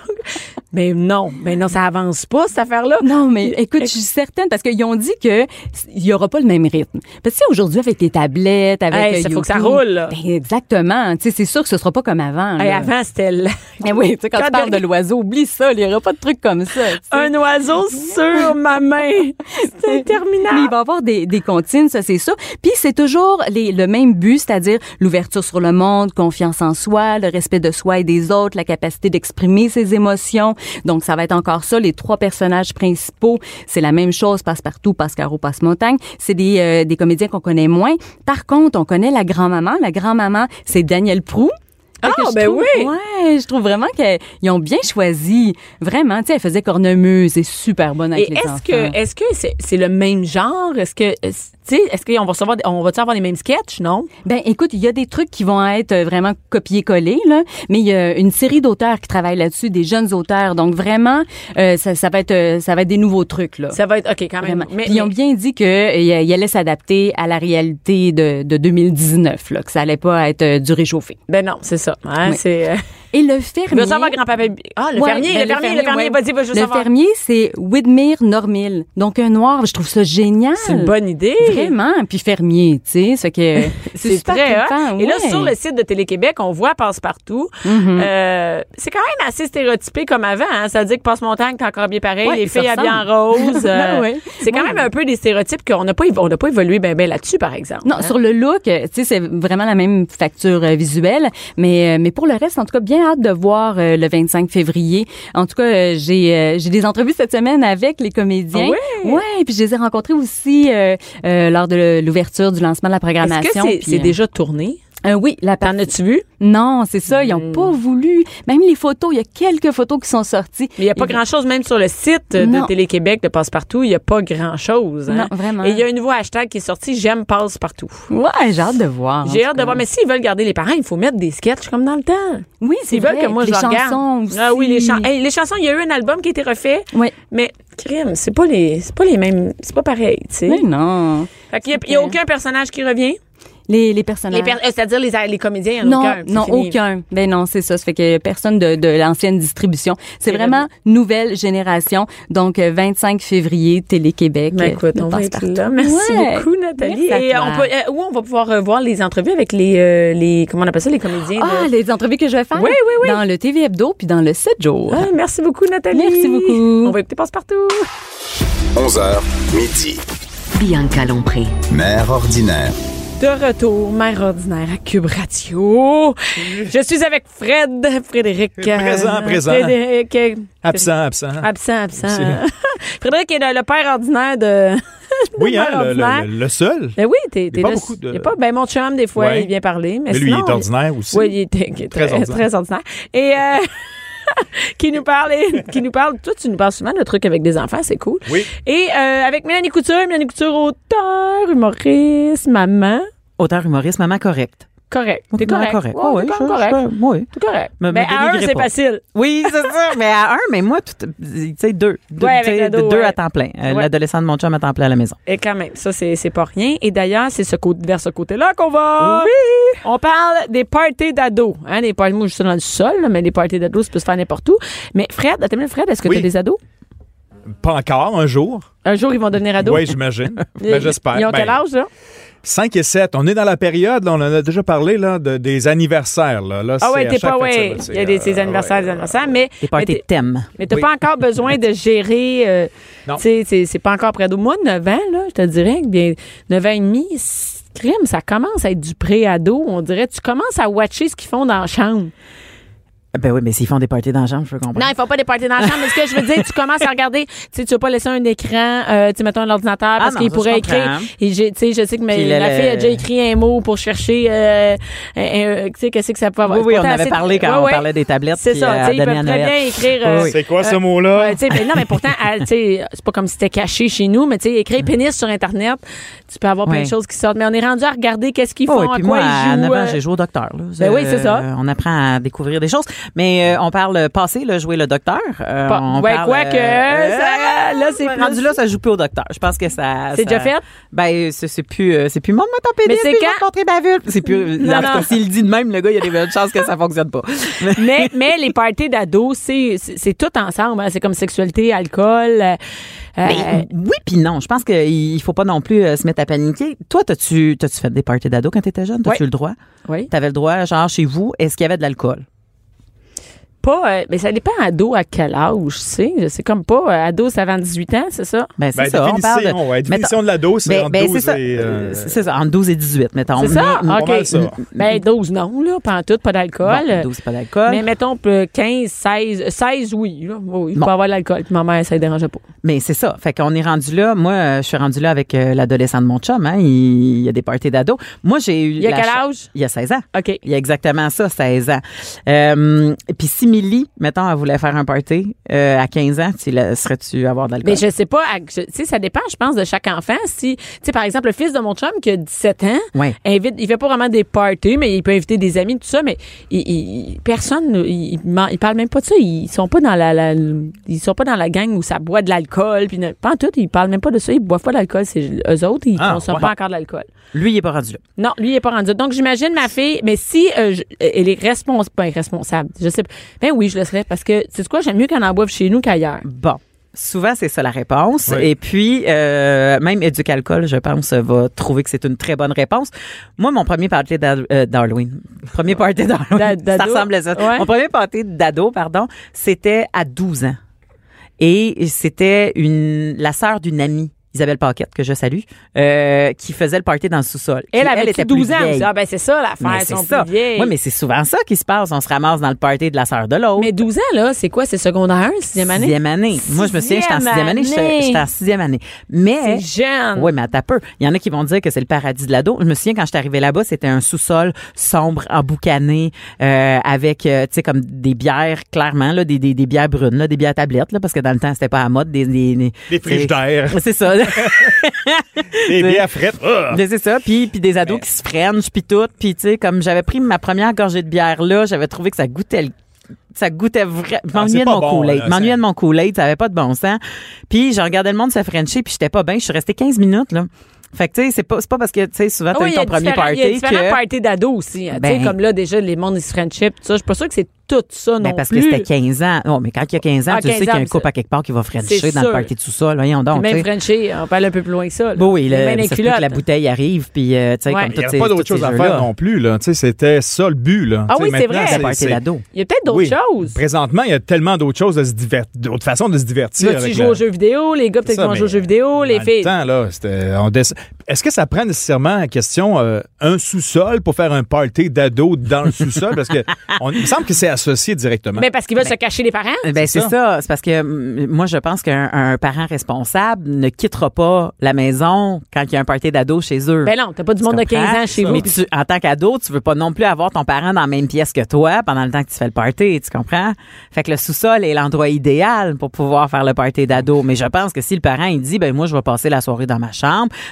C: Mais non, mais non, ça avance pas, cette affaire-là.
D: Non, mais écoute, je suis certaine parce qu'ils ont dit que il y aura pas le même rythme. Parce que tu sais, aujourd'hui avec les tablettes, avec
C: Hey,
D: euh,
C: ça faut que ça
D: YouTube,
C: roule, là.
D: ben, exactement. Tu sais, c'est sûr que ce sera pas comme avant.
C: Hey,
D: là.
C: avant, c'était l-
D: Eh oui, tu sais, quand,
C: Quand
D: tu parles de
C: derrière-
D: l'oiseau, oublie ça, il y aura pas de trucs comme ça. tu sais.
C: un oiseau sur ma main. C'est
D: Mais il
C: interminable.
D: va y avoir des, des comptines, ça c'est sûr. Puis c'est toujours les- le même but, c'est-à-dire l'ouverture sur le monde, confiance en soi, le respect de soi et des autres, la capacité d'exprimer ses émotions. Donc ça va être encore ça. Les trois personnages principaux, c'est la même chose, passe-partout, passe-carreau, passe-montagne. C'est des, euh, des comédiens qu'on connaît moins. Par contre, on connaît la grand-maman. La grand-maman, c'est Daniel Prou. Fait que
C: Ah,
D: je
C: ben
D: trouve-
C: oui!
D: Ouais, je trouve vraiment qu'ils ont bien choisi. Vraiment, tu sais, elle faisait cornemuse et super bonne avec
C: Et
D: les
C: est-ce
D: enfants.
C: que est-ce que c'est c'est le même genre Est-ce que euh, c- tu sais est-ce qu'on va recevoir des- on va avoir les mêmes sketchs Non.
D: Ben écoute, il y a des trucs qui vont être euh, vraiment copiés-collés là, mais il y a une série d'auteurs qui travaillent là-dessus, des jeunes auteurs. Donc vraiment, euh, ça, ça va être euh, ça va être des nouveaux trucs là.
C: Ça va être ok quand même.
D: Vraiment. Puis ils ont bien dit que euh, il il allait s'adapter à la réalité de, de 2019 là, que ça allait pas être euh, du réchauffé.
C: ben non, c'est ça. Hein,
D: Oui.
C: C'est. euh,
D: Et le fermier.
C: Je veux savoir grand-papa. Ah, le
D: Ouais,
C: fermier,
D: ben,
C: le fermier, le fermier.
D: ouais.
C: Vas-y, vas-y, je veux
D: Le
C: savoir.
D: fermier, c'est Widmere Normil. Donc un noir, je trouve ça génial.
C: C'est une bonne idée.
D: Vraiment, puis fermier, tu sais, ça fait que
C: C'est
D: super
C: très hot.
D: trippant,
C: Et là,
D: ouais. Mm-hmm.
C: sur le site de Télé-Québec, on voit Passe-Partout. Euh, c'est quand même assez stéréotypé comme avant. Hein? Ça veut dire que Passe-Montagne, t'es encore bien pareil.
D: Ouais,
C: les
D: ils se
C: filles habillées en
D: ressemblent.
C: rose. euh,
D: Ben ouais.
C: C'est quand
D: Ouais.
C: même un peu des stéréotypes qu'on n'a pas, évo- on n'a pas évolué bien ben, là-dessus, par exemple.
D: Non, sur le look, euh, tu sais, c'est vraiment la même facture euh, visuelle, mais euh, mais pour le reste, en tout cas, bien hâte de voir euh, le 25 février. En tout cas, euh, j'ai euh, j'ai des entrevues cette semaine avec les comédiens.
C: Ah ouais?
D: ouais, puis je les ai rencontrés aussi euh, euh, lors de l'ouverture du lancement de la
C: Est-ce que
D: programmation.
C: c'est
D: puis,
C: c'est
D: euh,
C: déjà tourné?
D: euh, oui, la
C: T'en
D: partie-
C: as-tu vu?
D: Non, c'est ça, ils
C: Hmm.
D: ont pas voulu. Même les photos, il y a quelques photos qui sont sorties.
C: Mais il n'y a pas
D: Et-
C: grand-chose, même sur le site euh, de
D: Non.
C: Télé-Québec de Passe-Partout, il n'y a pas grand-chose. hein.
D: Non, vraiment.
C: Et il y a un nouveau hashtag qui est sorti, J'aime Passe-Partout.
D: Ouais, j'ai hâte de voir. en
C: J'ai
D: tout
C: hâte de
D: cas.
C: voir. Mais s'ils veulent garder les parents, il faut mettre des sketchs comme dans le temps.
D: Oui, c'est
C: Ils veulent
D: vrai.
C: que moi je
D: les
C: leur regarde.
D: chansons aussi.
C: Ah oui, les chansons. les chansons, il y a eu un album qui a été refait.
D: Ouais.
C: Mais crime, c'est pas les c'est pas les mêmes, c'est pas pareil, tu sais.
D: Mais non.
C: Fait qu'il y a- il y a, aucun personnage qui revient.
D: Les, les
C: Les
D: personnages.
C: per- euh, c'est-à-dire les, les comédiens, il y en a
D: Non,
C: aucun. c'est
D: non,
C: fini.
D: aucun. Ben non, c'est ça. Ça fait que personne de, de l'ancienne distribution. C'est
C: C'est
D: vraiment nouvelle génération. Donc, euh, 25 février, Télé-Québec.
C: Ben écoute,
D: euh,
C: on va
D: passe
C: être
D: partout.
C: là. Merci
D: Ouais.
C: beaucoup, Nathalie.
D: Merci à
C: Et euh,
D: toi.
C: on peut, euh, où on va pouvoir euh, voir les entrevues avec les, euh, les comment on appelle ça, les comédiens.
D: Ah,
C: de-
D: les entrevues que je vais faire.
C: Oui, oui, oui.
D: Dans le TV Hebdo, puis dans le 7 jours.
C: Ah, merci beaucoup, Nathalie.
D: Merci beaucoup.
C: On va écouter Passe-Partout.
B: 11h, midi.
A: Bianca Lompré.
B: Mère ordinaire.
C: De retour, mère ordinaire à Cube Radio. Je suis avec Fred, Frédéric.
E: Présent,
C: euh,
E: présent.
C: Frédéric, euh,
E: Absent, absent.
C: absent, absent.
E: C'est-
C: Frédéric est le, le père ordinaire de.
E: oui, hein,
C: mère
E: le,
C: ordinaire.
E: le- le- le seul.
C: Ben oui, t'es, t'es
E: pas
C: là-
E: beaucoup de-
C: y a pas, ben mon chum, des fois,
E: Ouais.
C: il vient parler. Mais,
E: Mais lui, il
C: sinon,
E: est ordinaire aussi.
C: Oui, il est, il est très,
E: Très
C: très ordinaire.
E: ordinaire.
C: Et euh, qui nous parle, et- qui nous parle. Toi, tu nous parles souvent de trucs avec des enfants, c'est cool.
E: Oui.
C: Et euh, avec Mélanie Couture, Mélanie Couture, auteur, humoriste, maman.
F: Auteur humoriste, maman correcte.
C: Correct. T'es
F: Maman
C: correct.
F: correcte.
C: Ouais,
F: Ah ouais,
C: t'es
F: je-
C: comme correct.
F: je- je- oui.
C: T'es correct.
F: Me- me
C: mais à un,
F: dénigrez
C: c'est
F: pas.
C: facile.
F: Oui, c'est ça. Mais à un, mais moi, tout, tu sais, deux. Deux,
C: Ouais, avec
F: tu sais,
C: l'ado,
F: de- deux
C: ouais.
F: à temps plein. Euh,
C: Ouais.
F: L'adolescent de mon chum à temps plein à la maison.
C: Et quand même, ça, c'est c'est pas rien. Et d'ailleurs, c'est ce côté, vers ce côté-là qu'on va. Oui! On parle des parties d'ados. Hein, des parties, moi, je suis dans le sol, là, mais les parties d'ados, ça peut se faire n'importe où. Mais Fred, attends, une minute, Fred, est-ce que
E: Oui.
C: t'as des ados?
E: Pas encore, un jour.
C: Un jour, ils vont devenir ados.
E: Oui, j'imagine.
C: Ils-
E: Mais j'espère.
C: Ils ont
E: Ben,
C: quel âge, là?
E: 5 et 7. On est dans la période, là, on en a déjà parlé, là, de- des anniversaires. Là. Là,
C: Ah
E: c'est
C: ouais,
E: à
C: t'es pas,
E: chaque fin de
C: ouais.
E: semaine, c'est,
C: Il y a des,
E: euh,
C: ses anniversaires,
E: ouais,
C: des
E: ouais,
C: anniversaires, mais.
F: Des
C: mais
F: parties de
C: t'es-
F: thème.
C: Mais t'as
E: Oui.
C: pas encore besoin de gérer. euh,
E: Non.
C: tu sais, c'est- c'est pas encore près d'eau. Moi, 9 ans, là, je te dirais que bien 9 ans et demi, c- crime, ça commence à être du pré-ado. On dirait, tu commences à watcher ce qu'ils font dans la chambre.
F: Ben oui, mais s'ils font des parties dans la chambre, je peux comprendre.
C: Non, il faut pas des parties dans la chambre, mais ce que je veux dire, tu commences à regarder, tu sais, tu veux pas laisser un écran, euh, tu sais, mettons un ordinateur, parce
F: Ah non,
C: qu'il
F: ça,
C: pourrait
F: je
C: écrire.
F: comprends.
C: Et j'ai- tu sais, je sais que ma,
F: Puis le-
C: la
F: le-
C: fille a déjà écrit un mot pour chercher, euh, un- un- tu sais, qu'est-ce que ça peut avoir.
F: Oui, oui, on
C: Pourtant,
F: avait
C: c'est-
F: parlé quand
C: ouais,
F: on
C: ouais.
F: parlait des tablettes.
C: C'est
F: puis,
C: ça,
F: euh,
C: tu sais, ils
F: à
C: peuvent
F: Daniel
C: très bien
F: Noël.
C: écrire. euh,
F: Oui,
E: C'est quoi ce
C: Ouais,
E: mot-là?
C: tu sais, mais non, mais pourtant, à- tu sais, c'est pas comme si c'était caché chez nous, mais tu sais, écrire pénis sur Internet, tu peux avoir plein
F: Ouais.
C: de choses qui sortent. Mais on est rendu à regarder qu'est-ce qu'ils
F: Oh,
C: font,
F: et
C: à
F: puis
C: quoi
F: moi,
C: ils
F: à
C: jouent.
F: 9 ans,
C: euh,
F: j'ai joué au docteur. là.
C: Ben oui, c'est ça.
F: on apprend à découvrir des choses. Mais euh, on parle passé, là, jouer le docteur. Euh,
C: Pas-
F: on euh, Ah,
C: ouais, quoi que, ça-
F: là,
C: là,
F: c'est
C: c'est
F: rendu
C: plus-
F: là, ça joue plus au docteur. Je pense que ça.
C: C'est
F: ça-
C: déjà fait?
F: Ben, c'est c'est plus, euh, c'est plus mon mot pénis.
C: Mais c'est
F: puis je vais
C: quand?
F: te montrer ma vulve. C'est plus.
C: Non,
F: en tout cas,
C: non.
F: S'il le dit de même, le gars, il y a des bonnes chances que ça fonctionne pas.
C: mais, mais les parties d'ados, c'est, c'est, c'est tout ensemble. hein. C'est comme sexualité, alcool. euh, euh,
F: Ben, oui, puis non. Je pense qu'il il faut pas non plus euh, se mettre à paniquer. Toi, t'as-tu t'as-tu fait des parties d'ados quand t'étais jeune? T'as-tu
C: Oui.
F: le droit?
C: oui.
F: T'avais le droit, genre, chez vous, est-ce qu'il y avait de l'alcool?
C: Pas, euh, mais ça dépend ado à quel âge, c'est. C'est comme pas euh, ados avant 18 ans, c'est ça?
F: Ben, c'est
E: Ben,
F: ça. On parle de.
E: définition, ouais,
F: mettons-
E: définition de l'ado, c'est
F: Ben-
E: entre
F: ben,
E: 12
F: ça.
E: et, euh,
F: Euh, C'est ça, entre 12 et 18, mettons.
C: C'est ça?
F: Mais-
C: OK.
E: pas mal ça.
C: Ben, 12, non, là. Pas en tout, pas d'alcool.
F: Bon, 12, c'est pas d'alcool.
C: Mais mettons euh, 15, 16, euh, 16, oui. Là. Oui, il
F: Bon.
C: peut avoir de l'alcool. Puis ma mère, ça ne dérangeait pas.
F: Mais c'est ça. Fait qu'on est rendu là. Moi, euh, je suis rendu là avec euh, l'adolescent de mon chum. Hein. Il, il y a des parties d'ados. Moi, j'ai eu.
C: Il y a
F: la
C: quel
F: chance-
C: âge?
F: Il y a 16 ans.
C: OK.
F: Il y a exactement ça, 16 ans. Euh, Puis si Millie, mettons, elle voulait faire un party euh, à 15 ans, tu la- serais-tu à avoir de l'alcool?
C: Mais Ben, je sais pas, à- je- tu sais, ça dépend, je pense, de chaque enfant. Si, tu sais, par exemple, le fils de mon chum qui a 17 ans,
F: Ouais.
C: invite, il fait pas vraiment des parties, mais il peut inviter des amis, tout ça, mais il, il- personne, il, il m'en- il parle même pas de ça. Ils sont pas dans la, la- ils sont pas dans la gang où ça boit de l'alcool, puis ne- pas en tout, ils parlent même pas de ça, ils boivent pas d'alcool, c'est eux autres, ils
F: Ah,
C: consomment
F: ouais.
C: pas encore de l'alcool.
F: Lui, il est pas rendu là.
C: Non, lui, il n'est pas rendu. Donc, j'imagine ma fille, mais si euh, je- euh, elle est responsable, pas responsable, je sais pas. Ben oui, je le serais parce que, tu sais quoi, j'aime mieux qu'elle en boive chez nous qu'ailleurs.
F: Bon. Souvent, c'est ça la réponse.
E: Oui.
F: Et puis, euh, même Éduc Alcool, je pense, euh, va trouver que c'est une très bonne réponse. Moi, mon premier party d'Hal- euh, d'Halloween, premier party
C: Ah. D'a-
F: d'Halloween, ça
C: d'ado.
F: ressemble à ça.
C: Ouais.
F: Mon premier party d'ado, pardon, c'était à 12 ans. Et c'était une la sœur d'une amie, Isabelle Paquette, que je salue, euh, qui faisait le party dans le sous-sol. Puis
C: Elle avait
F: était
C: 12
F: plus
C: ans.
F: vieille.
C: Ah, ben c'est ça l'affaire.
F: Mais
C: elles
F: c'est
C: sont
F: ça.
C: plus vieilles.
F: Oui, mais c'est souvent ça qui se passe. On se ramasse dans le party de la sœur de l'autre.
C: Mais 12 ans, là, c'est quoi? C'est secondaire 1, sixième année?
F: Sixième année. Moi, je me souviens, j'étais en
C: Sixième
F: sixième année. J'étais
C: année.
F: j'étais en sixième année. Mais.
C: C'est jeune.
F: Oui, mais attends un peu. Il y en a qui vont dire que c'est le paradis de l'ado. Je me souviens, quand je suis arrivée là-bas, c'était un sous-sol sombre, emboucané, euh, avec, euh, tu sais, comme des bières, clairement, là, des, des, des bières brunes, là, des bières tablettes, là, parce que dans le temps, c'était pas à la mode. Des, des, des,
E: Des frigidaires.
F: C'est ça.
E: des bières frites. Ah!
F: Mais c'est ça, puis puis des ados qui se frenchent, puis tout, puis tu sais comme j'avais pris ma première gorgée de bière là, j'avais trouvé que ça goûtait le- ça goûtait vraiment
E: Ah,
F: m'ennuyait
E: c'est
F: de
E: pas
F: mon
E: bon,
F: Kool-Aid,
E: là,
F: m'ennuyait
E: c'est-
F: de mon Kool-Aid, ça avait pas de bon sens. Puis je regardais le monde se frencher, puis j'étais pas bien, je suis restée 15 minutes là. Fait que tu sais c'est pas c'est pas parce que tu sais souvent
C: Ah
F: t'as
C: oui,
F: eu
C: il y a
F: ton premier
C: différents-
F: party
C: Il y a différents
F: que
C: parties d'ados aussi. hein. Tu sais,
F: Ben-
C: comme là, déjà, les mondes, ils se friendship, tout ça. Je suis pas sûre que c'est tout ça non
F: ben parce
C: plus.
F: que c'était 15 ans. Non, mais quand il y a 15 ans,
C: Ah,
F: tu sais
C: 15
F: qu'il y a
C: ans,
F: un couple
C: c'est-
F: à quelque part qui va frencher
C: c'est
F: dans le
C: sûr.
F: party tout ça, là, voyons donc. tu
C: Même
F: sais.
C: Frenchie, on parle un peu plus loin que ça. là.
F: Bon, oui,
C: Même
F: là,
C: les
F: ça se peut
C: culottes.
F: que la bouteille arrive, puis euh, tu sais,
C: Ouais.
F: comme
C: Mais
E: Il n'y
F: toutes
E: avait
F: ces-
E: pas d'autre
F: tous ces
E: chose à
F: jeux-là.
E: faire non plus. là. Tu sais, C'était ça le but. Là.
C: Ah
E: Tu sais,
C: oui, c'est
E: maintenant,
C: vrai.
F: Le party d'ado.
C: Il y a peut-être d'autres
E: Oui.
C: choses.
E: Présentement, il y a tellement d'autres choses, de se divert- d'autres façons de se divertir.
C: Là, tu
E: avec
C: joues
E: la-
C: aux jeux vidéo, les gars, peut-être
E: Ça,
C: qu'ils vont
E: mais
C: jouer aux jeux vidéo, les
E: dans le
C: filles.
E: temps, hein. là, c'était- on dess- Est-ce que ça prend nécessairement en question euh, un sous-sol pour faire un party d'ado dans le sous-sol? Parce que on- il me semble que c'est associé directement.
C: Mais parce qu'ils veulent se cacher les parents.
F: Ben c'est
E: C'est
F: ça,
E: ça.
F: c'est parce que mm, moi je pense qu'un un parent responsable ne quittera pas la maison quand il y a un party d'ados chez eux.
C: Ben non, t'as pas du
F: Tu
C: monde de
F: comprends?
C: 15 ans chez vous.
F: Mais tu, en tant qu'ado, tu veux pas non plus avoir ton parent dans la même pièce que toi pendant le temps que tu fais le party, tu comprends? Fait que le sous-sol est l'endroit idéal pour pouvoir faire le party d'ado. Mais je pense que si le parent, il dit, ben moi, je vais passer la soirée dans ma chambre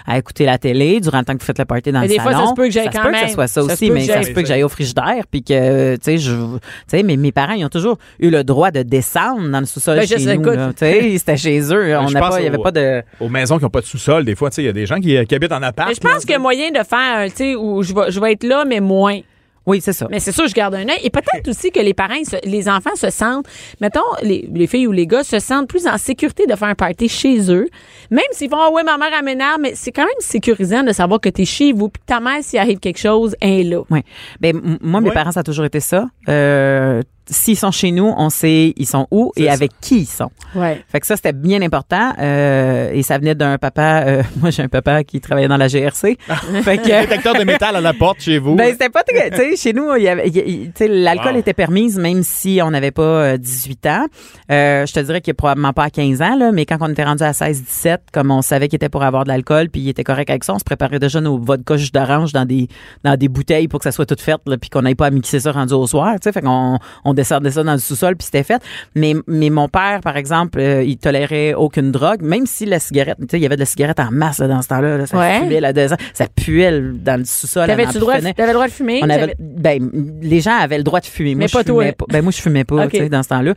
F: à écouter la télé durant le temps que vous faites le party dans
C: Mais
F: le
C: des
F: salon.
C: fois, ça se peut que j'aille quand
F: que
C: même.
F: ce soit ça,
C: Ça se
F: aussi,
C: peut que
F: mais ça
C: j'aille.
F: se peut que j'aille au frigidaire puis que, tu sais, je, tu sais, mais mes parents, ils ont toujours eu le droit de descendre dans le sous-sol
C: Ben, je
F: chez
C: sais,
F: nous,
C: écoute.
F: là. Tu sais, c'était chez eux. On
E: Ben, je
F: n'a
E: pense
F: pas, il y avait
E: au-
F: pas de...
E: Aux maisons qui n'ont pas de sous-sol, des fois, tu sais, il y a des gens qui, qui habitent en appart.
C: Mais je pense qu'il y a moyen de faire, un, tu sais, où je vais, je vais être là, mais moins.
F: Oui, c'est ça.
C: Mais c'est sûr, je garde un œil. Et peut-être aussi que les parents, ils se- les enfants se sentent, mettons, les, les filles ou les gars se sentent plus en sécurité de faire un party chez eux. Même s'ils font, ah ouais, ma mère elle m'énerve, mais c'est quand même sécurisant de savoir que t'es chez vous, puis ta mère, s'il arrive quelque chose, elle est là.
F: Oui. Ben, m- moi, mes
E: Ouais.
F: parents, ça a toujours été ça. Euh, S'ils sont chez nous, on sait ils sont où et
E: C'est ça.
F: avec qui ils sont.
C: Ouais.
F: Fait que ça, c'était bien important. Euh, et ça venait d'un papa. euh, moi, j'ai un papa qui travaillait dans la GRC. fait que.
E: Détecteur de métal à la porte chez vous.
F: Ben, c'était pas très. Tu sais, chez nous, il y avait- il y- il- tu sais, l'alcool
E: Wow.
F: était permise, même si on n'avait pas euh, 18 ans. Euh, je te dirais qu'il est probablement pas à 15 ans, là, mais quand on était rendu à 16-17, comme on savait qu'il était pour avoir de l'alcool, puis il était correct avec ça, on se préparait déjà nos vodka jus d'orange dans des, dans des bouteilles pour que ça soit tout fait, là, puis qu'on n'aille pas à mixer ça rendu au soir. Tu sais, fait qu'on on descendait ça dans le sous-sol, puis c'était fait. Mais, mais mon père, par exemple, euh, il tolérait aucune drogue, même si la cigarette, tu sais, il y avait de la cigarette en masse là, dans ce temps-là. là. ça
C: Ouais.
F: puait, là, dedans. ça puait le- dans le sous-sol.
C: T'avais-tu
F: elle en
C: le droit de-
F: prenait.
C: t'avais le droit de fumer?
F: On avait,
C: T'avais-
F: ben, les gens avaient le droit de fumer. Moi,
C: Mais
F: je
C: pas toi.
F: fumais Ben, moi, je fumais pas,
C: Ok.
F: tu sais, dans ce temps-là.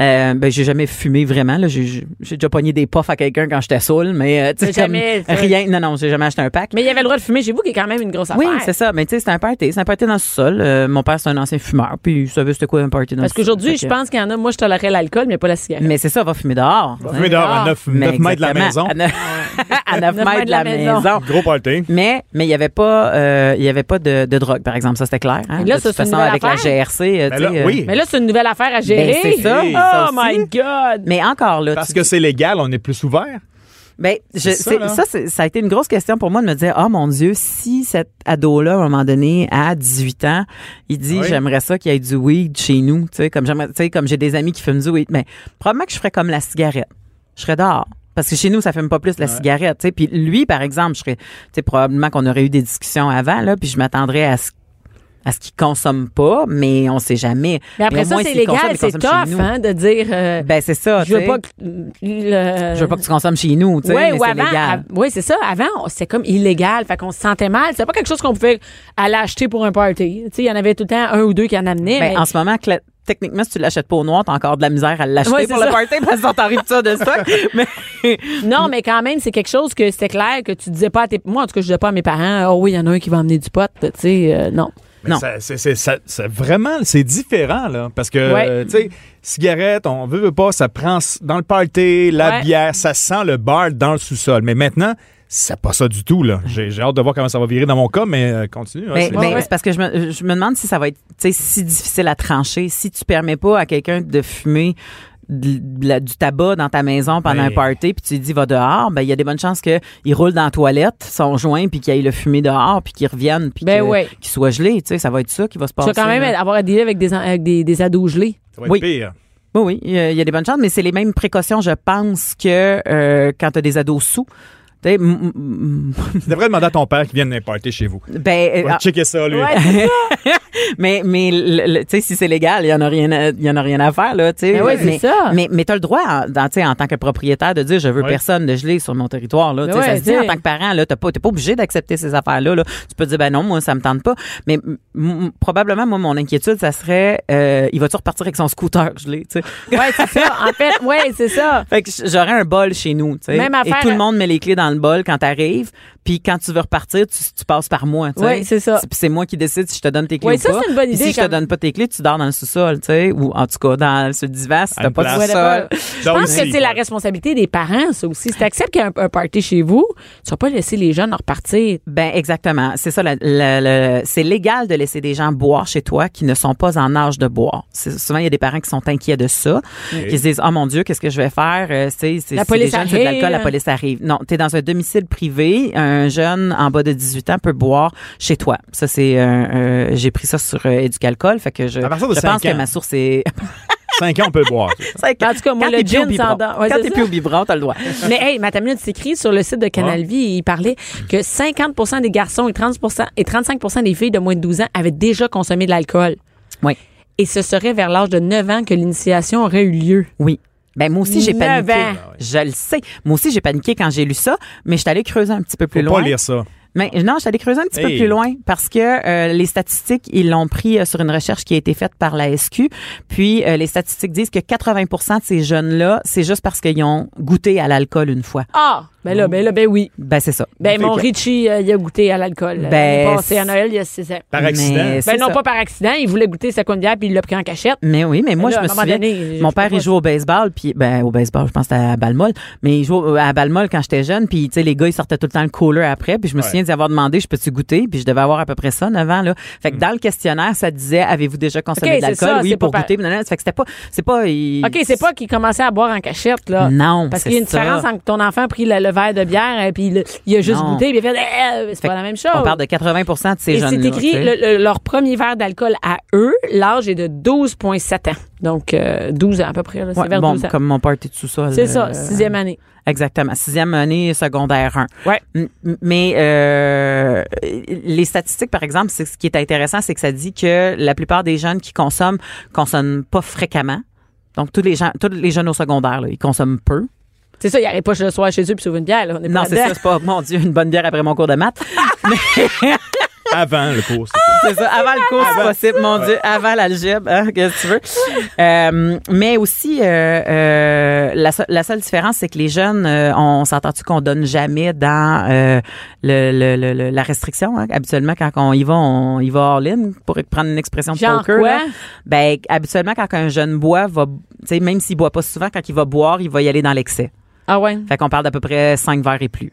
F: Euh, ben, j'ai jamais fumé vraiment, là. J'ai j'ai- j'ai déjà pogné des puffs à quelqu'un quand j'étais saoul, mais, euh, tu sais,
C: Mais
F: comme
C: jamais, tu-
F: rien. Non, non, j'ai jamais acheté un pack.
C: Mais il y avait le droit de fumer chez vous, qui est quand même une grosse
F: Oui,
C: affaire.
F: c'est ça. Mais tu sais, c'est un party. C'est un party dans le sol. Euh, mon père, c'est un ancien fumeur. Puis, il savait c'était quoi un party dans le
C: Parce qu'aujourd'hui, je
F: sous-sol. Fait que-
C: pense qu'il y en a, moi, je tolérais l'alcool, mais pas la cigarette.
F: Mais c'est ça, va fumer dehors.
E: On fumait dehors à 9,
F: Mais
E: mètres de la maison.
F: exactement, À 9, mètres de la maison.
E: Gros party.
F: Mais mais il n'y avait pas euh, il y avait pas de, de drogue par exemple ça c'était clair hein?
C: Et là,
F: de
C: ça,
F: toute
C: c'est une
F: façon
C: nouvelle
F: avec la
C: affaire.
F: GRC euh,
E: Ben
F: tu
E: là,
F: sais, euh,
E: oui.
C: Mais là, c'est une nouvelle affaire à gérer.
F: Ben, c'est ça.
E: Oui.
F: ça
C: Oh my
F: aussi.
C: God!
F: Mais encore là,
E: Parce
F: tu-
E: que c'est légal, on est plus ouvert.
F: ben, je- c'est-
E: ça,
F: ça,
E: là.
F: c'est- ça a été une grosse question pour moi de me dire, oh mon Dieu, si cet ado-là, à un moment donné, à 18 ans, il dit,
E: Oui.
F: j'aimerais ça qu'il y ait du weed chez nous, tu sais, comme j'aimerais, tu sais, comme j'ai des amis qui fument du weed, mais probablement que je ferais comme la cigarette. Je serais dehors. Parce que chez nous, ça fume pas plus la cigarette, tu sais. Puis lui, par exemple, je serais, tu sais, probablement qu'on aurait eu des discussions avant, là, puis je m'attendrais à ce à ce qu'il consomme pas, mais on sait jamais.
C: Mais après
F: au
C: ça,
F: moins,
C: c'est
F: s'il consomme,
C: légal,
F: il
C: c'est
F: consomme chez
C: tough
F: nous.
C: hein, de dire euh,
F: Ben c'est ça.
C: je
F: tu
C: veux
F: sais.
C: pas que le-
F: je veux pas que tu consommes chez nous, tu sais,
C: Ouais,
F: mais
C: ou
F: c'est
C: avant,
F: légal.
C: av- ouais, c'est ça. Avant, on- c'était comme illégal. Fait qu'on se sentait mal. C'était pas quelque chose qu'on pouvait aller acheter pour un party. Tu sais, il y en avait tout le temps un ou deux qui en amenaient.
F: Ben,
C: mais-
F: En ce moment, cla- techniquement, si tu l'achètes pas au noir, t'as encore de la misère à l'acheter
C: Ouais, c'est
F: pour
C: ça.
F: le party parce que t'arrives ça de stock. Mais
C: Non, mais quand même, c'est quelque chose que c'était clair que tu disais pas à tes. Moi, en tout cas, je disais pas à mes parents, oh oui, il y en a un qui va emmener du pot, tu sais, euh, non.
F: Non.
E: Ça- c'est- c'est- ça- ça- vraiment, c'est différent, là. Parce que,
C: Ouais.
E: euh, tu sais, cigarette, on veut, veut pas, ça prend s- dans le party, la
C: Ouais.
E: bière, ça sent le bar dans le sous-sol. Mais maintenant, c'est pas ça du tout, là. J'ai j'ai hâte de voir comment ça va virer dans mon cas, mais euh, continue. hein,
F: mais,
E: c'est-
F: mais c'est parce que je me, je me demande si ça va être tu sais, si difficile à trancher. Si tu permets pas à quelqu'un de fumer de- de la- du tabac dans ta maison pendant
E: Ouais.
F: un party puis tu lui dis va dehors ben il y a des bonnes chances que il roule dans la toilette son joint puis qu'il aille le fumer dehors puis qu'il revienne puis
C: Ben
F: que-
C: ouais.
F: qu'il soit gelé tu sais ça va être ça qui va se
C: Tu
F: passer
C: vas quand même
F: là.
C: avoir à dealer avec des, en- avec des, des ados gelés.
E: ça va être
F: oui.
E: pire.
F: Oui, oui, il y a- il y a des bonnes chances, mais c'est les mêmes précautions, je pense, que euh, quand tu as des ados sous. Tu sais, m- m-
E: Tu devrais demander à ton père qu'il vienne d'un party chez vous.
F: m- ben,
E: Va
F: euh,
E: checker ça, lui.
F: mais mais le- le- tu sais si c'est légal, il y en a rien à, il y en a rien à faire là, tu sais.
C: Ben oui, c'est
F: mais
C: ça.
F: mais, mais t'as le droit en, dans- tu sais, en tant que propriétaire de dire je veux
E: Ouais.
F: personne de geler sur mon territoire là,
C: Ben
F: tu sais,
C: ouais,
F: ça se dit en
C: t'sais.
F: tant que parent là, t'as pas t'es pas obligé d'accepter ces affaires là, Tu peux dire ben non, moi ça me tente pas, mais m- m- probablement moi mon inquiétude ça serait euh, il va tu repartir avec son scooter gelé, tu sais.
C: Ouais, c'est ça. En fait, ouais, c'est ça.
F: Fait que j'aurais un bol chez nous, tu sais.
C: Même
F: Et
C: affaire. euh,
F: tout le monde met les clés dans le bol quand t'arrives, puis quand tu veux repartir, tu, tu passes par moi, tu sais.
C: Ouais, c'est ça.
F: Puis c'est moi qui décide si je te donne tes clés
C: Ouais,
F: ou
C: ça,
F: pas.
C: c'est une bonne
F: Puis
C: idée,
F: Si je te
C: comme-
F: donne pas tes clés, tu dors dans le sous-sol, tu sais, ou en tout cas dans ce divan si
E: À
F: t'as
E: une
F: pas de
E: place.
F: sous-sol.
C: Je pense
E: aussi.
C: que c'est la responsabilité des parents, ça aussi. Si tu acceptes qu'il y a un, un party chez vous, tu vas pas laisser les jeunes repartir.
F: Ben exactement, c'est ça. la- la- la- c'est légal de laisser des gens boire chez toi qui ne sont pas en âge de boire. C'est- Souvent, il y a des parents qui sont inquiets de ça, qui se disent oh mon Dieu, qu'est-ce que je vais faire Euh, C'est c'est-
C: La
F: c'est des
C: police
F: jeunes, c'est de l'alcool, la
C: arrive.
F: police arrive. Non, t'es dans un domicile privé. Un jeune en bas de 18 ans peut boire chez toi. Ça c'est, euh, euh, j'ai pris ça sur euh, Éducalcool, fait que je,
E: À partir de
F: je
E: cinq
F: pense
E: ans.
F: que ma source est.
E: 5 ans, on peut boire.
F: Cinq ans.
C: En tout cas, moi,
F: Quand
C: le
F: t'es plus
C: gin
F: au biberon.
C: sans dents. Ouais,
F: Quand
C: c'est
F: t'es
C: ça.
F: plus au biberon, t'as le droit.
C: Mais hey, ma minute s'écrit sur le site de Canal Vie, il parlait que 50 des garçons et 30 et 35 des filles de moins de 12 ans avaient déjà consommé de l'alcool.
F: Oui,
C: Et ce serait vers l'âge de 9 ans que l'initiation aurait eu lieu.
F: oui. Ben moi aussi j'ai
C: Neuf
F: paniqué.
C: ans.
E: Ah
F: Je le sais. Moi aussi j'ai paniqué quand j'ai lu ça, mais je suis allée creuser un petit peu plus
E: Faut
F: loin.
E: pas lire ça.
F: Mais non, je suis allée creuser un petit
E: Hey.
F: peu plus loin parce que euh, les statistiques, ils l'ont pris euh, sur une recherche qui a été faite par la SQ. Puis euh, les statistiques disent que 80 de ces jeunes-là, c'est juste parce qu'ils ont goûté à l'alcool une fois.
C: Ah, ben là, ben là, ben oui.
F: Ben c'est ça.
C: Ben mon
E: que-
C: Richie, euh, il a goûté à l'alcool. euh,
F: Ben,
C: l'année passée à
F: c'est-
C: Noël, il a c'est ça.
E: Par
F: Mais
E: accident.
F: c'est
C: Ben non,
F: ça.
C: pas par accident, il voulait goûter sa combien puis il l'a pris en cachette.
F: Mais oui, mais moi,
C: Là, à
F: je me
C: un moment
F: souviens,
C: donné, je
F: mon
C: peux
F: père,
C: pas-
F: il jouait au baseball, puis, ben, au baseball, je pense que c'était à Balmol, mais il jouait au- à Balmol quand j'étais jeune, puis, tu sais, les gars, ils sortaient tout le temps le cooler après, puis je me
E: Ouais.
F: souviens d'y avoir demandé, je peux-tu goûter, puis je devais avoir à peu près ça, 9 ans, là. Fait que dans le questionnaire, ça disait, avez-vous déjà consommé
C: Ok,
F: de
C: c'est
F: l'alcool?
C: ça,
F: oui,
C: c'est
F: pour
C: pas par-
F: goûter, mais non, non, fait que c'était pas, c'est pas, il-
C: OK, c'est pas qu'il commençait à boire en cachette, là.
F: Non,
C: Parce
F: c'est
C: qu'il y a une
F: ça.
C: différence entre ton enfant a pris le, le verre de bière et puis il, il a juste
F: Non.
C: goûté et il a fait Eh, c'est
F: Fait
C: pas
F: que
C: la même chose.
F: On parle de 80 de ces
C: Et
F: jeunes-là.
C: c'est écrit,
F: tu sais.
C: le- le- leur premier verre d'alcool à eux, l'âge est de 12,7 ans. Donc, euh, 12 ans à peu près. là. C'est
F: Ouais,
C: vers
F: bon,
C: 12 ans.
F: comme mon party de sous-sol.
C: C'est
F: euh,
C: ça, sixième année.
F: Exactement. Sixième année secondaire 1.
C: Ouais.
F: M- m- Mais euh, les statistiques, par exemple, c'est ce qui est intéressant, c'est que ça dit que la plupart des jeunes qui consomment consomment pas fréquemment. Donc tous les gens, tous les jeunes au secondaire, là, ils consomment peu.
C: C'est ça, il arrive pas le soir chez eux puis s'ouvre une bière. Là, on est
F: Non,
C: pas
F: c'est
C: dedans.
F: ça, c'est pas mon Dieu, une bonne bière après mon cours de maths.
E: Avant le cours. c'est-
F: C'est ça, avant le cours, c'est possible, mon Dieu, avant l'algèbre, hein, qu'est-ce que tu veux. Euh, mais aussi, euh, euh, la, so- la seule différence, c'est que les jeunes, euh, on s'entend-tu qu'on donne jamais dans euh, le, le- le- le- la restriction? hein? Habituellement, quand on y va, on y va all-in, pour prendre une expression de
C: Genre
F: poker.
C: quoi?
F: là. Ben, habituellement, quand un jeune boit, va, tu sais, même s'il boit pas souvent, quand il va boire, il va y aller dans l'excès.
C: Ah ouais.
F: Fait qu'on parle d'à peu près 5 verres et plus.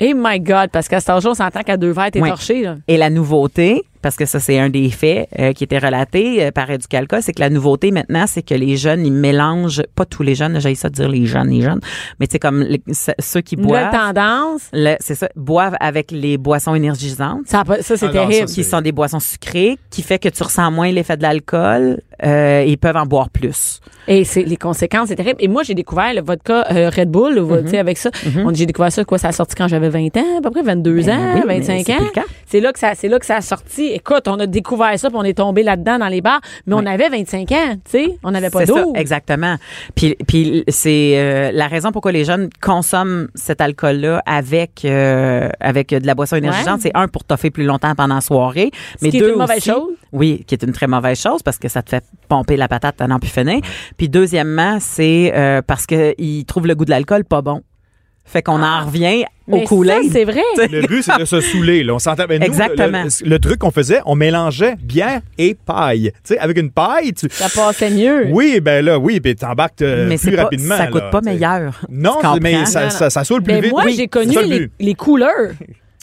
C: Eh my God, parce qu'à cet âge-là, on s'entend qu'à deux verres, t'es
F: Ouais.
C: torché. Là.
F: Et la nouveauté, parce que ça, c'est un des faits euh, qui était relaté euh, par Educalca, c'est que la nouveauté maintenant, c'est que les jeunes, ils mélangent, pas tous les jeunes, j'ai ça de dire les jeunes, les jeunes, mais c'est comme les- ce- ceux qui
C: Nouvelle
F: boivent,
C: tendance.
F: le- c'est ça, boivent avec les boissons énergisantes.
C: Ça, a pas- ça, c'est
E: Ah non, ça,
C: terrible.
E: c'est-
F: Qui sont des boissons sucrées, qui fait que tu ressens moins l'effet de l'alcool, euh, ils peuvent en boire plus.
C: Et c'est les conséquences, c'est terrible. Et moi, j'ai découvert le vodka euh, Red Bull, ou,
E: Mm-hmm.
C: tu sais, avec ça. On- J'ai découvert ça, quoi, ça a sorti quand j'avais 20 ans, à peu près 22
E: Ben
C: ans,
F: oui, mais
C: 25
F: c'est
C: ans.
F: plus le cas.
C: C'est là que ça, c'est là que ça a sorti. Écoute, on a découvert ça, puis on est tombé là-dedans dans les bars, mais on avait 25 ans, tu sais, on n'avait pas
F: C'est ça,
C: d'eau.
F: exactement. Puis, puis c'est euh, la raison pourquoi les jeunes consomment cet alcool-là avec euh, avec de la boisson énergisante. C'est un pour toffer plus longtemps pendant la soirée, mais
C: qui est
F: deux
C: une mauvaise
F: aussi-
C: chose.
F: Oui, qui est une très mauvaise chose parce que ça te fait pomper la patate à n'en plus finir. Puis deuxièmement, c'est euh, parce que ils trouvent le goût de l'alcool pas bon. Fait qu'on en revient au
C: Ah. Mais
F: coulé.
C: ça, c'est vrai.
E: Le but, c'est de se saouler. Là. On s'entend. Ben, nous,
F: Exactement.
E: Le, le- le truc qu'on faisait, on mélangeait bière et paille. Tu sais, avec une paille, tu.
C: Ça passait mieux.
E: Oui, ben là, oui, puis t'embarques euh,
F: mais c'est
E: plus
F: pas-
E: rapidement.
F: ça coûte
E: là,
F: pas
E: tu sais.
F: meilleur.
E: Non,
F: Tu
E: mais
F: comprends?
E: ça, ça, ça saoule plus
C: Mais
E: vite.
C: moi,
E: Oui,
C: j'ai
E: c'est
C: connu
E: ça le
C: les,
E: but.
C: les couleurs.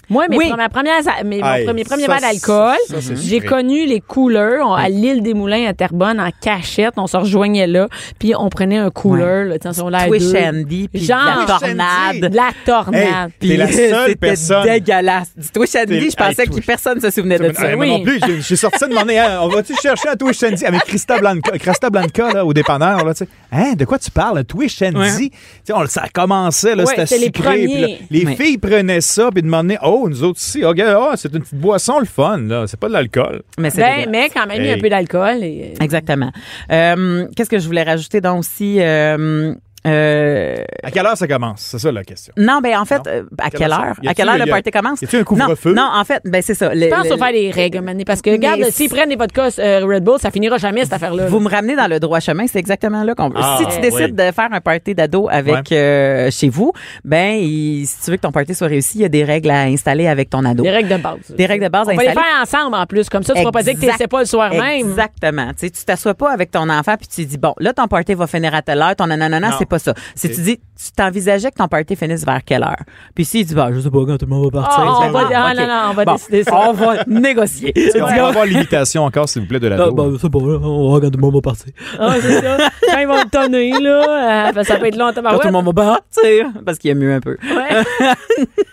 C: Moi, mes
F: Oui.
C: premières- premières- mes-
E: Aïe,
C: mon premier, premier
E: ça,
C: verre d'alcool,
E: ça, c'est
C: j'ai
E: sucré.
C: connu les couleurs On- à l'île des Moulins à Terrebonne en cachette. On se rejoignait là, puis on prenait un couleur. Là, tu sais, on l'a à
F: Twitch
C: deux.
F: Andy, puis de
C: Genre,
F: la
E: Twitch Andy.
F: tornade.
C: De la tornade.
E: Hey, T'es la
F: Puis
E: seule
F: c'était
E: personne.
F: dégueulasse. Du Twitch Andy,
E: T'es-
F: je pensais
E: Hey,
F: que
E: Twitch.
F: personne ne se souvenait de
E: Mais,
F: ça.
E: euh, moi non plus, j'ai- j'ai sorti ça de mon hein, On va-tu chercher un Twitch Andy avec Christa Blanca, Christa Blanca là, au dépanneur? Là, tu sais. hein, de quoi tu parles? Un Twitch Andy?
F: Ouais.
E: Tu sais, on le- ça commençait, là,
C: Ouais,
E: c'était
C: c'était les
E: sucré. puis là,
C: premiers.
E: les
F: Ouais.
E: filles prenaient ça puis demandaient Oh, nous autres ici, ok, ah, c'est une petite boisson, le fun, là. c'est pas de l'alcool.
F: Mais c'est
C: Ben,
F: dégueulasse.
C: mais quand même, il y a un
E: Hey.
C: peu d'alcool. et-
F: Exactement. Euh, Qu'est-ce que je voulais rajouter donc aussi? euh, euh,
E: À quelle heure ça commence? C'est ça la question.
F: non, ben en fait,
E: Non.
F: euh, à
E: Quelle
F: quelle
E: heure
F: heure?
E: ça? Y
F: À
E: a-t-il-
F: quelle heure le
E: y a-
F: party commence?
E: y a-t-il un
F: Non,
E: couvre-feu?
F: Non, en fait, ben c'est ça. Le-
C: Je pense
F: le-
C: qu'il faut faire des règles, mané, parce que
F: Mais
C: regarde,
F: c'est-
C: s'ils prennent des vodkas euh, Red Bull, ça finira jamais cette affaire-là.
F: Vous me ramenez dans le droit chemin, c'est exactement là qu'on veut.
E: Ah,
F: si tu
E: oui.
F: décides de faire un party d'ado avec euh, chez vous, ben il- si tu veux que ton party soit réussi, il y a des règles à installer avec ton ado.
C: Des règles de base.
F: Des règles de base
C: On va les
F: installées.
C: faire ensemble en plus, comme ça, tu vas pas dire que tu
F: Exact-
C: sais pas le soir même.
F: Exactement. Tu sais, tu t'assois pas avec ton enfant puis tu dis bon, là ton party va finir à telle heure, ton nanana,
E: Non.
F: c'est pas ça. Si
E: Ok.
F: tu dis tu t'envisageais que ton party finisse vers quelle heure. Puis s'il dit bah je sais pas quand tout le monde va partir.
C: Ah, on
F: tu fais,
C: va-
F: ah,
C: ah,
F: ok.
C: non, non, on va
F: Bon,
C: décider ça.
F: On va négocier. Tu
E: On
F: dis, ah,
E: va avoir l'imitation encore, s'il vous plaît, de la
G: Ah, bah,
F: ben,
G: c'est bon, là, on va regarder le moment partir.
C: Ah, c'est ça. Quand ils vont le tonner, là, euh, ben, ça peut être long à
F: Quand tout le
C: tabarouette.
F: monde va partir, parce qu'il y a mieux un peu.
C: Ouais.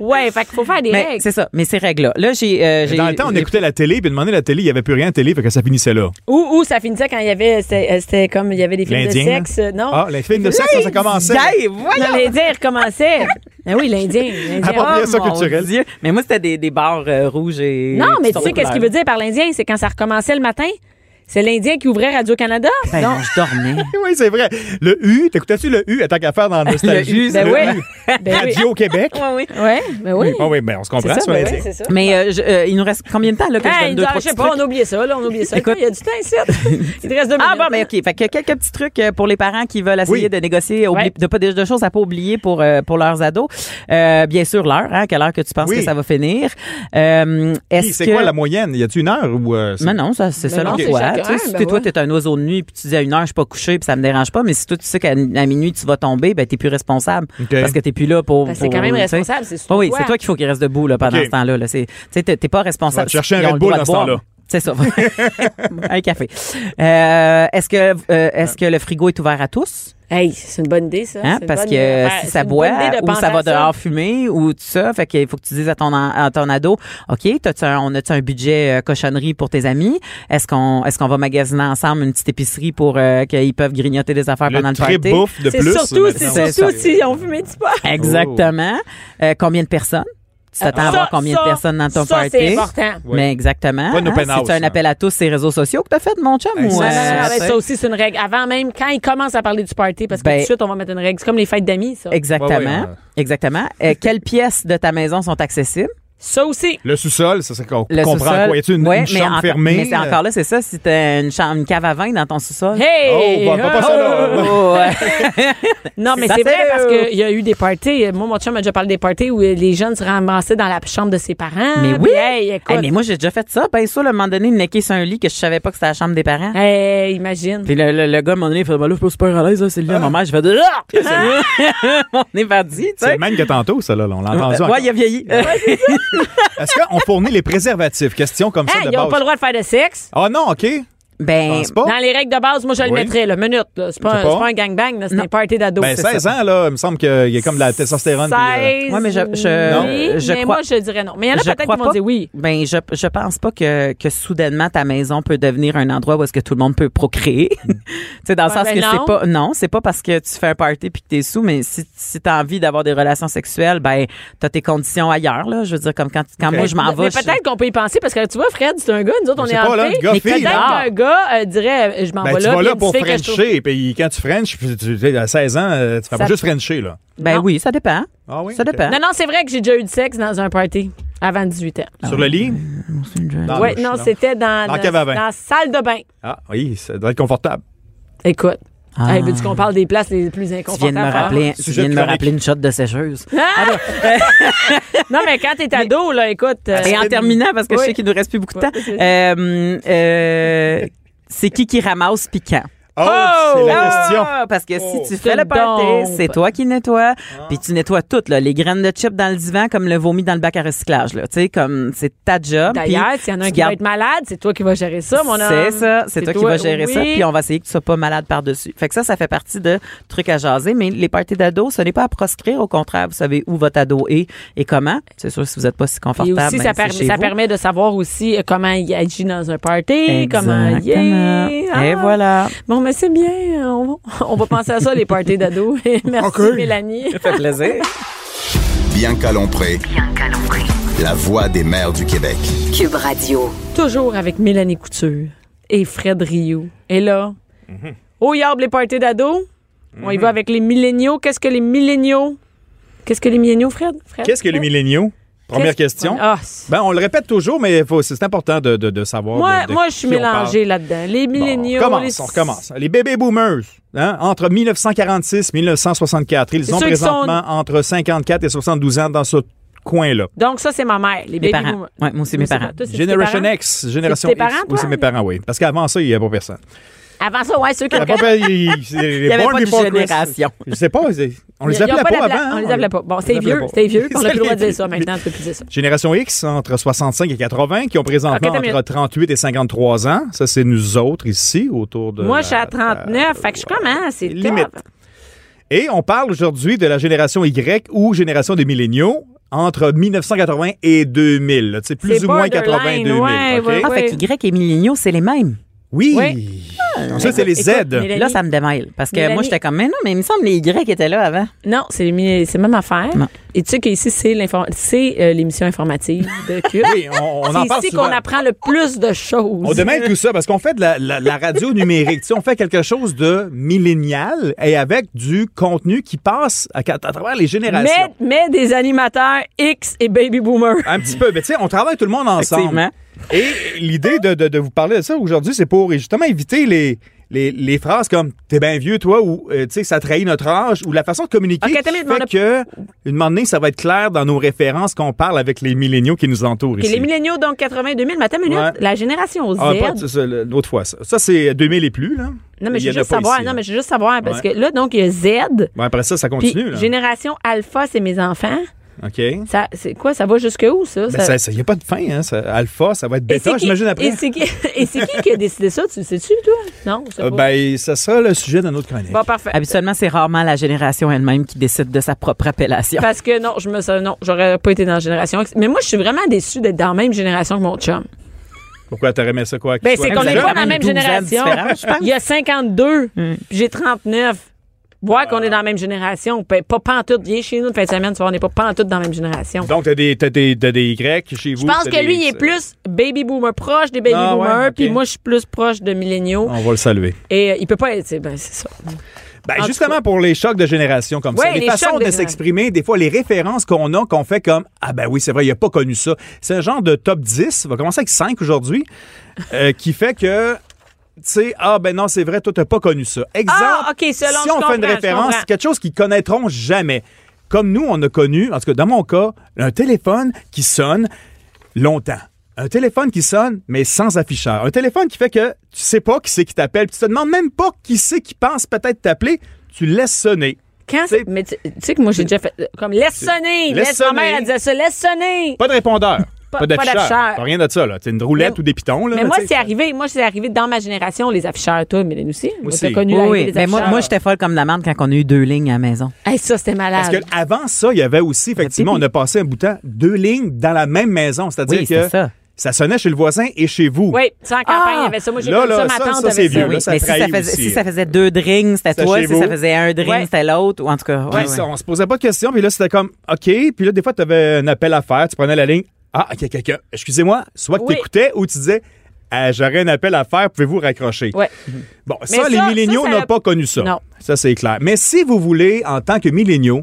C: ouais, fait qu'il faut faire des
F: Mais
C: règles.
F: c'est ça, mais ces règles-là. Là, j'ai. euh, j'ai-
E: Dans le temps, on
F: j'ai-
E: écoutait la télé, puis demandait la télé, il n'y avait plus rien à télé, fait que ça finissait là.
C: Ou, ou ça finissait quand il y avait, c'était euh, c'était comme il y avait des films de
E: L'Indien, là?
C: sexe, euh, non?
E: Ah, les films de sexe, ça, ça commençait.
F: Hey, voyons!
C: Non, l'Indien, il recommençait. Ben oui, l'Indien. l'Indien.
E: Ah, bon, bien ça,
F: Oh mon
E: culturel.
F: Dieu. Mais moi, c'était des, des barres euh, rouges et.
C: Non, mais tu sais
F: toutes sortes de
C: qu'est-ce qu'il
F: couleurs.
C: veut dire par l'Indien? C'est quand ça recommençait le matin? C'est l'Indien qui ouvrait Radio-Canada?
F: Ben non, je dormais.
E: Oui, c'est vrai. Le U, t'écoutais-tu le U, tant qu'à faire dans Nostalgie?
F: U,
C: Ben
E: Le
C: oui.
E: U.
C: Ben oui.
E: Radio-Québec.
F: oui.
C: Ouais, ben oui.
E: Ah oui, ben on se comprend,
C: C'est ça,
E: sur
C: ben
E: l'Indien.
C: oui, c'est ça.
F: Mais euh, je- euh, il nous reste combien de temps là, que je
C: Hey,
F: donne
C: il
F: deux,
C: nous-
F: trois
C: je sais
F: petits
C: pas,
F: trucs?
C: on a oublié ça, là, on a oublié ça.
F: Écoute.
C: Il y a du temps ici. Il te reste deux minutes.
F: Ah bon, mais ok. Fait que quelques petits trucs euh, pour les parents qui veulent essayer
E: Oui.
F: de négocier, oubli-
C: Ouais.
F: de pas de, de choses à pas oublier pour euh, pour leurs ados. Euh, bien sûr l'heure, hein, quelle heure que tu penses
E: Oui.
F: que ça va finir. Euh,
E: Puis,
F: Est-ce
E: C'est
F: que
E: quoi la moyenne? Y a-tu une heure ou. euh, c'est-
F: mais non, ça, c'est
C: Mais
F: selon
C: non, c'est
F: toi.
C: chacun,
F: Tu sais, si
C: ben
F: t'es- toi,
C: ouais.
F: t'es un oiseau de nuit, puis tu dis à une heure, je suis pas couché, puis ça me dérange pas, mais si toi, tu sais qu'à à minuit, tu vas tomber, ben, t'es plus responsable.
E: OK.
F: Parce que t'es plus là pour.
C: Parce que Ben, c'est
F: pour-
C: quand même
F: tu sais.
C: responsable, c'est surtout
F: Oui, oui,
C: toi.
F: c'est toi qu'il faut qu'il reste debout, là, pendant
E: OK.
F: ce temps-là. là. C'est- Tu sais, t'es t'es pas responsable.
E: te chercher un
F: Ils ont
E: Red
F: le
E: Bull
F: droit
E: dans
F: de
E: ce
F: boire.
E: temps-là.
F: C'est ça. un café. Euh, est-ce que, euh, est-ce que le frigo est ouvert à tous?
C: Hey, c'est une bonne idée, ça.
F: Hein?
C: C'est une
F: Parce
C: bonne-
F: que euh,
C: Ouais,
F: si
C: c'est
F: ça
C: une
F: boit
C: bonne idée de
F: ou
C: penser
F: ça
C: à
F: va dehors fumer ou tout ça, fait qu'il faut que tu dises à ton, en- à ton ado, OK, t'as-tu un- on a-tu un budget euh, cochonnerie pour tes amis? Est-ce qu'on est-ce qu'on va magasiner ensemble une petite épicerie pour euh, qu'ils peuvent grignoter des affaires pendant
E: Le
F: le
E: très
F: party?
E: bouffe de
C: C'est
E: plus.
C: surtout,
E: maintenant.
C: c'est surtout si on fumait du pot.
F: Exactement.
E: Oh.
F: Euh, combien de personnes? Tu t'attends à
C: Ça,
F: voir combien
C: ça,
F: de personnes dans ton
C: ça,
F: party?
C: c'est important.
E: Ouais.
F: Mais exactement.
E: Pas une open house,
F: c'est un
E: hein.
F: appel à tous ces réseaux sociaux que t'as fait, mon chum. ou,
E: Ouais,
C: Non, non, non,
F: euh,
C: non, mais
F: c'est-
C: ça aussi, c'est une règle. Avant même, quand ils commencent à parler du party, parce que
F: Ben-
C: tout de suite, on va mettre une règle. C'est comme les fêtes d'amis, ça.
F: Exactement.
E: Ouais, hein. ouais, ouais.
F: Exactement. Euh, quelles pièces de ta maison sont accessibles?
C: Ça aussi.
E: Le sous-sol, ça, c'est qu'on
F: Le
E: comprend
F: sous-sol.
E: quoi. Y a-tu une,
F: Ouais,
E: une
F: mais
E: chambre
F: encore-
E: fermée?
F: Mais c'est encore là, c'est ça, si t'as une, chambre, une cave à vin dans ton sous-sol.
C: Hey!
E: Oh, on va pas ça, là.
F: Oh, ouais.
C: Non, mais
F: Ça
C: c'est vrai
F: fait-
C: parce
E: euh,
C: qu'il y a eu des parties. euh, Moi, mon chum m'a déjà parlé des parties où euh, les jeunes se ramassaient dans la chambre de ses parents.
F: mais
C: Puis,
F: oui!
C: Hey, écoute.
F: Hey, mais moi, j'ai déjà fait ça. Ben, ça, là, à un moment donné, necker sur un lit que je savais pas que c'était la chambre des parents.
C: Hey, imagine.
F: Puis le, le, le gars, à un moment donné, il fait Ben là, je suis pas super à l'aise, là, c'est le lit à maman. Je fais de On est parti, tu
E: Ah! C'est
F: sais.
E: le même que tantôt, ça, là. On l'a entendu. encore.
F: Ouais, il a vieilli.
E: Est-ce qu'on fournit les préservatifs? Question comme ça
C: Hey,
E: de
C: ils n'ont
E: base.
C: pas le droit de faire de sexe.
E: Ah non, OK. Je
F: ben,
E: pense pas.
C: Dans les règles de base, moi, je le
E: Oui.
C: mettrais, là, minute. là. C'est pas,
E: Je
C: un-
E: sais pas.
C: c'est pas un gangbang, là, c'est un party d'ados.
E: Ben,
C: C'est
E: 16 ans, là, il me semble qu'il y a comme de la testostérone. puis, euh,
C: 16,
F: Ouais, mais je-
C: oui,
F: je- je
C: mais
F: crois-
C: moi, je dirais non. Mais il y en a
F: je
C: peut-être
F: crois
C: qui vont
F: pas.
C: dire oui.
F: Ben, je, je pense pas que, que soudainement ta maison peut devenir un endroit où est-ce que tout le monde peut procréer. tu sais, dans le
C: Hmm. Ouais,
F: sens
C: ben
F: que
C: non.
F: c'est pas, non, c'est pas parce que tu fais un party puis que t'es sous, mais si, si t'as envie d'avoir des relations sexuelles, ben, t'as tes conditions ailleurs, là. Je veux dire, comme quand, quand
E: Ok.
F: moi je m'en vais.
C: mais
F: je-
C: peut-être qu'on peut y penser parce que tu vois, Fred, c'est un gars, nous autres, on
E: Je sais
C: est
E: pas,
C: en
E: là,
C: paix.
E: le gars
C: Mais
E: fille,
C: peut-être
E: là.
C: qu'un gars euh, dirait euh, Je m'en
E: Ben,
C: vais
E: tu
C: là.
E: vas
C: puis
E: là
C: une
E: pour
C: fille que je trouve-
E: Frencher. Puis quand tu French, puis tu, tu- à 16 ans, euh, tu fais pas
F: Ça-
E: juste Frencher, là.
F: Ben
C: Non.
F: oui, ça dépend.
E: Ah oui?
F: Ça
E: OK.
F: dépend.
C: Non, non, c'est vrai que j'ai déjà eu du sexe dans un party avant 18 ans.
E: Sur le lit? Dans
C: ouais,
E: la douche,
C: Ah, non,
E: là.
C: c'était dans,
E: Dans la cave à vin.
C: dans la salle de bain.
E: Ah oui, ça doit être confortable.
C: Écoute.
F: Ah.
C: Hey, Veux-tu qu'on parle des places les plus
F: Tu viens de
C: inconfortables?
F: me rappeler, tu
E: Sujet
F: viens de me
E: chronique.
F: rappeler une shot de sécheuse.
C: Non, mais quand t'es ado, là, écoute. euh,
F: Et en terminant, parce que
C: Oui.
F: je sais qu'il nous reste plus beaucoup de
C: Ouais,
F: temps, euh, euh, c'est qui qui ramasse piquant?
E: Oh, c'est la question.
F: Ah, parce que
E: Oh. Ah.
F: si tu fais le
C: Une
F: party,
C: dompe.
F: c'est toi qui nettoies, puis tu nettoies tout, là, les graines de chips dans le divan comme le vomi dans le bac à recyclage. là. Tu sais, comme c'est ta job. puis
C: D'ailleurs, s'il y en a un
F: tu
C: qui va
F: gardes-
C: être malade, c'est toi qui vas gérer ça, mon homme.
F: C'est ça, c'est toi, qui vas gérer ça,
C: oui.
F: puis on va essayer que tu sois pas malade par-dessus. Fait que ça, ça fait partie de trucs à jaser, mais les parties d'ados, ce n'est pas à proscrire, au contraire, vous savez où votre ado est et comment. C'est sûr, si vous n'êtes pas si
C: Et
F: confortable,
C: aussi,
F: ben,
C: ça,
F: c'est
C: permet-
F: chez
C: ça
F: vous.
C: permet de savoir aussi euh, comment il agit dans un party, comment il
F: Exactement. Et voilà.
C: Bon, mais c'est bien. euh, On, va- on va penser à ça, les parties d'ados. Merci,
E: Ok.
C: Mélanie.
F: Ça fait plaisir.
C: Ah,
B: Bianca Lompré,
A: Bianca Lompré.
B: la voix des mères du Québec.
A: Cube Radio.
C: Toujours avec Mélanie Couture et Fred Rio. Et là,
E: Mm-hmm.
C: au Yarb, les parties d'ados, on y va avec les milléniaux. Qu'est-ce que les milléniaux? Qu'est-ce que les milléniaux, Fred? Fred?
E: Qu'est-ce que les milléniaux? Première question.
C: Ah, c'est-
E: Ben, on le répète toujours, mais faut- c'est important de, de- de savoir.
C: moi,
E: ben, de- de
C: moi,
E: qui
C: je suis
E: on parle.
C: mélangée là-dedans. Les
E: Bon,
C: milléniaux.
E: on recommence,
C: les-
E: on recommence. Les bébés boomers, hein, entre 1946 et 1964, ils
C: C'est
E: ont
C: ceux qui sont-
E: présentement entre 54 et 72 ans dans ce coin-là.
C: Donc, ça, c'est ma mère, les
F: Mes
C: baby
F: parents.
C: boomers.
F: Ouais, moi aussi, mes
C: Toi,
F: parents.
C: c'est tes
E: Generation
C: parents?
E: X, Génération
C: tes
E: X.
C: parents,
E: Oui,
C: toi?
E: c'est mes parents, oui. Parce qu'avant ça, il n'y avait pas personne.
C: Avant ça, ouais, ceux qui
E: Il n'y avait pas, il- il- il-
F: avait
E: Born
F: pas de
E: Before
F: génération.
E: Christ. Je sais pas, c'est- on les
C: Ils- ils
E: appelait
C: ont
E: pas,
C: pas d'appel-
E: avant. hein.
C: On les appelait pas. Bon, c'est
E: les
C: vieux,
E: appelait pas.
C: c'est vieux. puis On a plus le droit de dire
E: C'est
C: ça
E: les-
C: maintenant, on peut plus dire ça.
E: Génération X, entre 65 et 80, qui ont présentement
C: Ok, t'as
E: entre
C: mieux.
E: 38 et 53 ans. Ça, c'est nous autres ici, autour de.
C: Moi,
E: la-
C: je suis à 39, fait que je
E: euh,
C: commence, c'est
E: Limite.
C: tough.
E: Et on parle aujourd'hui de la génération Y ou génération des milléniaux entre 1980 et 2000. là, tu sais, plus
C: C'est
E: ou moins
C: borderline,
E: 80 et 2000.
C: ouais,
E: ok?
C: ouais,
F: Ah,
C: ouais.
F: fait que Y et milléniaux, c'est les mêmes.
E: Oui.
C: Oui.
E: Donc ça, c'est les Z.
C: Écoute, Mélanie-
F: Là, ça me démêle. Parce que
C: Mélanie-
F: moi, j'étais comme, mais non, mais il me semble que les Y étaient là avant.
C: Non, c'est les mi- c'est la même affaire.
F: Non.
C: Et tu sais qu'ici, c'est l'inform- c'est, euh, l'émission informative de Cube.
E: Oui, on, on en
C: c'est
E: parle
C: ici
E: souvent.
C: qu'on apprend le plus de choses.
E: On demande tout ça parce qu'on fait de la, la- la radio numérique. Tu sais, on fait quelque chose de millénial et avec du contenu qui passe à, à travers les générations.
C: mais, mais des animateurs X et Baby Boomer.
E: Un petit peu. Mais tu sais, on travaille tout le monde ensemble.
F: Effectivement.
E: Et l'idée de, de- de vous parler de ça aujourd'hui, c'est pour justement éviter les, les, les phrases comme T'es bien vieux, toi, ou euh, tu sais, ça trahit notre âge, ou la façon de communiquer.
C: Ok,
E: qui
C: attends,
E: fait
C: mais on a-
E: que, une moment donné, ça va être clair dans nos références qu'on parle avec les milléniaux qui nous entourent
C: Et
E: ici.
C: les milléniaux, donc 82 000, mais attends une minute,
E: Ouais.
C: la génération Z.
E: Ah, pas ça, ça, l'autre fois, ça. Ça, c'est 2000 et plus, là.
C: non, mais
E: Il
C: je
E: y
C: veux
E: en a
C: juste
E: pas
C: savoir,
E: ici,
C: non,
E: là.
C: mais je veux juste savoir, parce
E: Ouais.
C: que là, donc, il y a Z,
E: Bon, après ça, ça
C: puis
E: continue, là.
C: génération Alpha, c'est mes enfants.
E: OK. Ben,
C: Ça, c'est quoi? Ça va jusque où, ça? Ça-
E: ça, il n'y a pas de fin, hein. ça- alpha, ça va être
C: Et c'est
E: bêta,
C: qui-
E: j'imagine, après.
C: Et c'est qui, et c'est qui qui a décidé ça? Tu le sais-tu, toi? Non, je sais
E: Euh,
C: pas.
E: ben, ça sera le sujet d'un autre chronique.
C: Bon, parfait.
F: Habituellement, c'est rarement la génération elle-même qui décide de sa propre appellation.
C: Parce que non, je me ça, non, j'aurais pas été dans la génération X. Mais moi, je suis vraiment déçue d'être dans la même génération que mon chum.
E: Pourquoi t'aurais aimé ça, quoi? qu'il
C: Ben,
E: soit
C: c'est
E: plus
C: qu'on
F: vous
C: est
E: jeune?
C: pas
F: avez
C: dans la même
F: une douzaine
C: génération.
F: différente, je pense.
C: Il y a 52,
E: Hmm.
C: puis j'ai 39. Voir
E: Ah.
C: qu'on est dans la même génération. Pas pas pantoute. Viens chez nous une fin de semaine, tu vois, on n'est pas pantoute dans la même génération.
E: Donc, t'as des, t'as des, t'as des Grecs chez vous.
C: Je pense
E: t'as
C: que
E: des-
C: lui, il est plus baby boomer, proche des baby
E: Ah, ouais,
C: boomers,
E: ok. Ah.
C: puis moi, je suis plus proche de milléniaux.
E: On va le saluer.
C: Et euh, il peut pas être. c'est- Ben, c'est ça.
E: Ben,
C: En tout
E: justement, pour les chocs de génération comme ça,
C: Ouais,
E: les,
C: les
E: façons
C: chocs
E: de
C: de
E: s'exprimer, des fois, les références qu'on a, qu'on fait comme Ah, ben oui, c'est vrai, il n'a pas connu ça. C'est un genre de top 10, on va commencer avec 5 aujourd'hui, euh, qui fait que. Tu sais, ah ben non, c'est vrai, toi, t'as pas connu ça. Exemple,
C: Ah, OK, selon,
E: si
C: je
E: on fait une
C: comprends, je
E: référence,
C: comprends.
E: quelque chose qu'ils connaîtront jamais. Comme nous, on a connu, en tout cas, dans mon cas, un téléphone qui sonne longtemps. Un téléphone qui sonne, mais sans afficheur. Un téléphone qui fait que tu sais pas qui c'est qui t'appelle, puis tu te demandes même pas qui c'est qui pense peut-être t'appeler, tu laisses sonner.
C: Quand
E: C'est-
C: c'est- Mais tu tu sais que moi, j'ai déjà fait. euh, Comme laisse sonner.
E: Laisse
C: Laisse, ma
E: sonner.
C: mère, elle disait ça. Laisse sonner.
E: Pas de répondeur, pas,
C: Pas- pas
E: d'afficheur,
C: d'afficheur.
E: pas rien de ça là, c'est une roulette
C: Mais-
E: ou des pitons là.
C: Mais moi,
E: tu sais.
C: c'est arrivé. Moi, c'est arrivé dans ma génération, les afficheurs, toi, Mélanie aussi. Moi,
E: aussi.
C: t'as connu
F: Oui,
C: l'arrivée
F: oui.
C: des
F: Ben, moi,
C: afficheurs.
F: moi j'étais folle comme la merde quand on a eu deux lignes à la maison.
C: Hey, ça, c'était
E: Parce
C: malade.
E: que avant ça, il y avait aussi effectivement, on a passé un bout de temps deux lignes dans la même maison, c'est-à-dire
F: Oui,
E: que
F: c'est ça.
E: sonnait chez le voisin et chez vous.
C: Oui, ça, en campagne, il y avait ça. Moi, j'ai
E: Là,
C: connu
E: là,
C: ça, ma
E: ça,
C: tante
E: ça, c'est
C: avait
E: vieux,
C: ça.
E: là,
C: oui.
E: ça
F: Ben mais si
E: trahit
F: ça, faisait,
E: aussi,
F: si
E: hein.
F: ça faisait deux drinks, c'était
E: C'était
F: toi.
E: chez
F: Si
E: vous.
F: ça faisait un drink,
C: Ouais.
F: c'était l'autre. Ou en tout cas, ouais,
E: Puis
F: ouais.
E: ça, on se posait pas de questions, puis là, c'était comme OK, puis là, des fois, tu avais un appel à faire, tu prenais la ligne. Ah, il y a quelqu'un. Excusez-moi, soit que
C: Oui.
E: t'écoutais ou tu disais. Ah, J'aurais un appel à faire, pouvez-vous raccrocher?
C: Ouais.
E: Bon, ça,
C: ça,
E: les
C: ça,
E: milléniaux
C: ça-
E: n'ont pas connu ça.
C: Non.
E: Ça, c'est clair. Mais si vous voulez, en tant que milléniaux,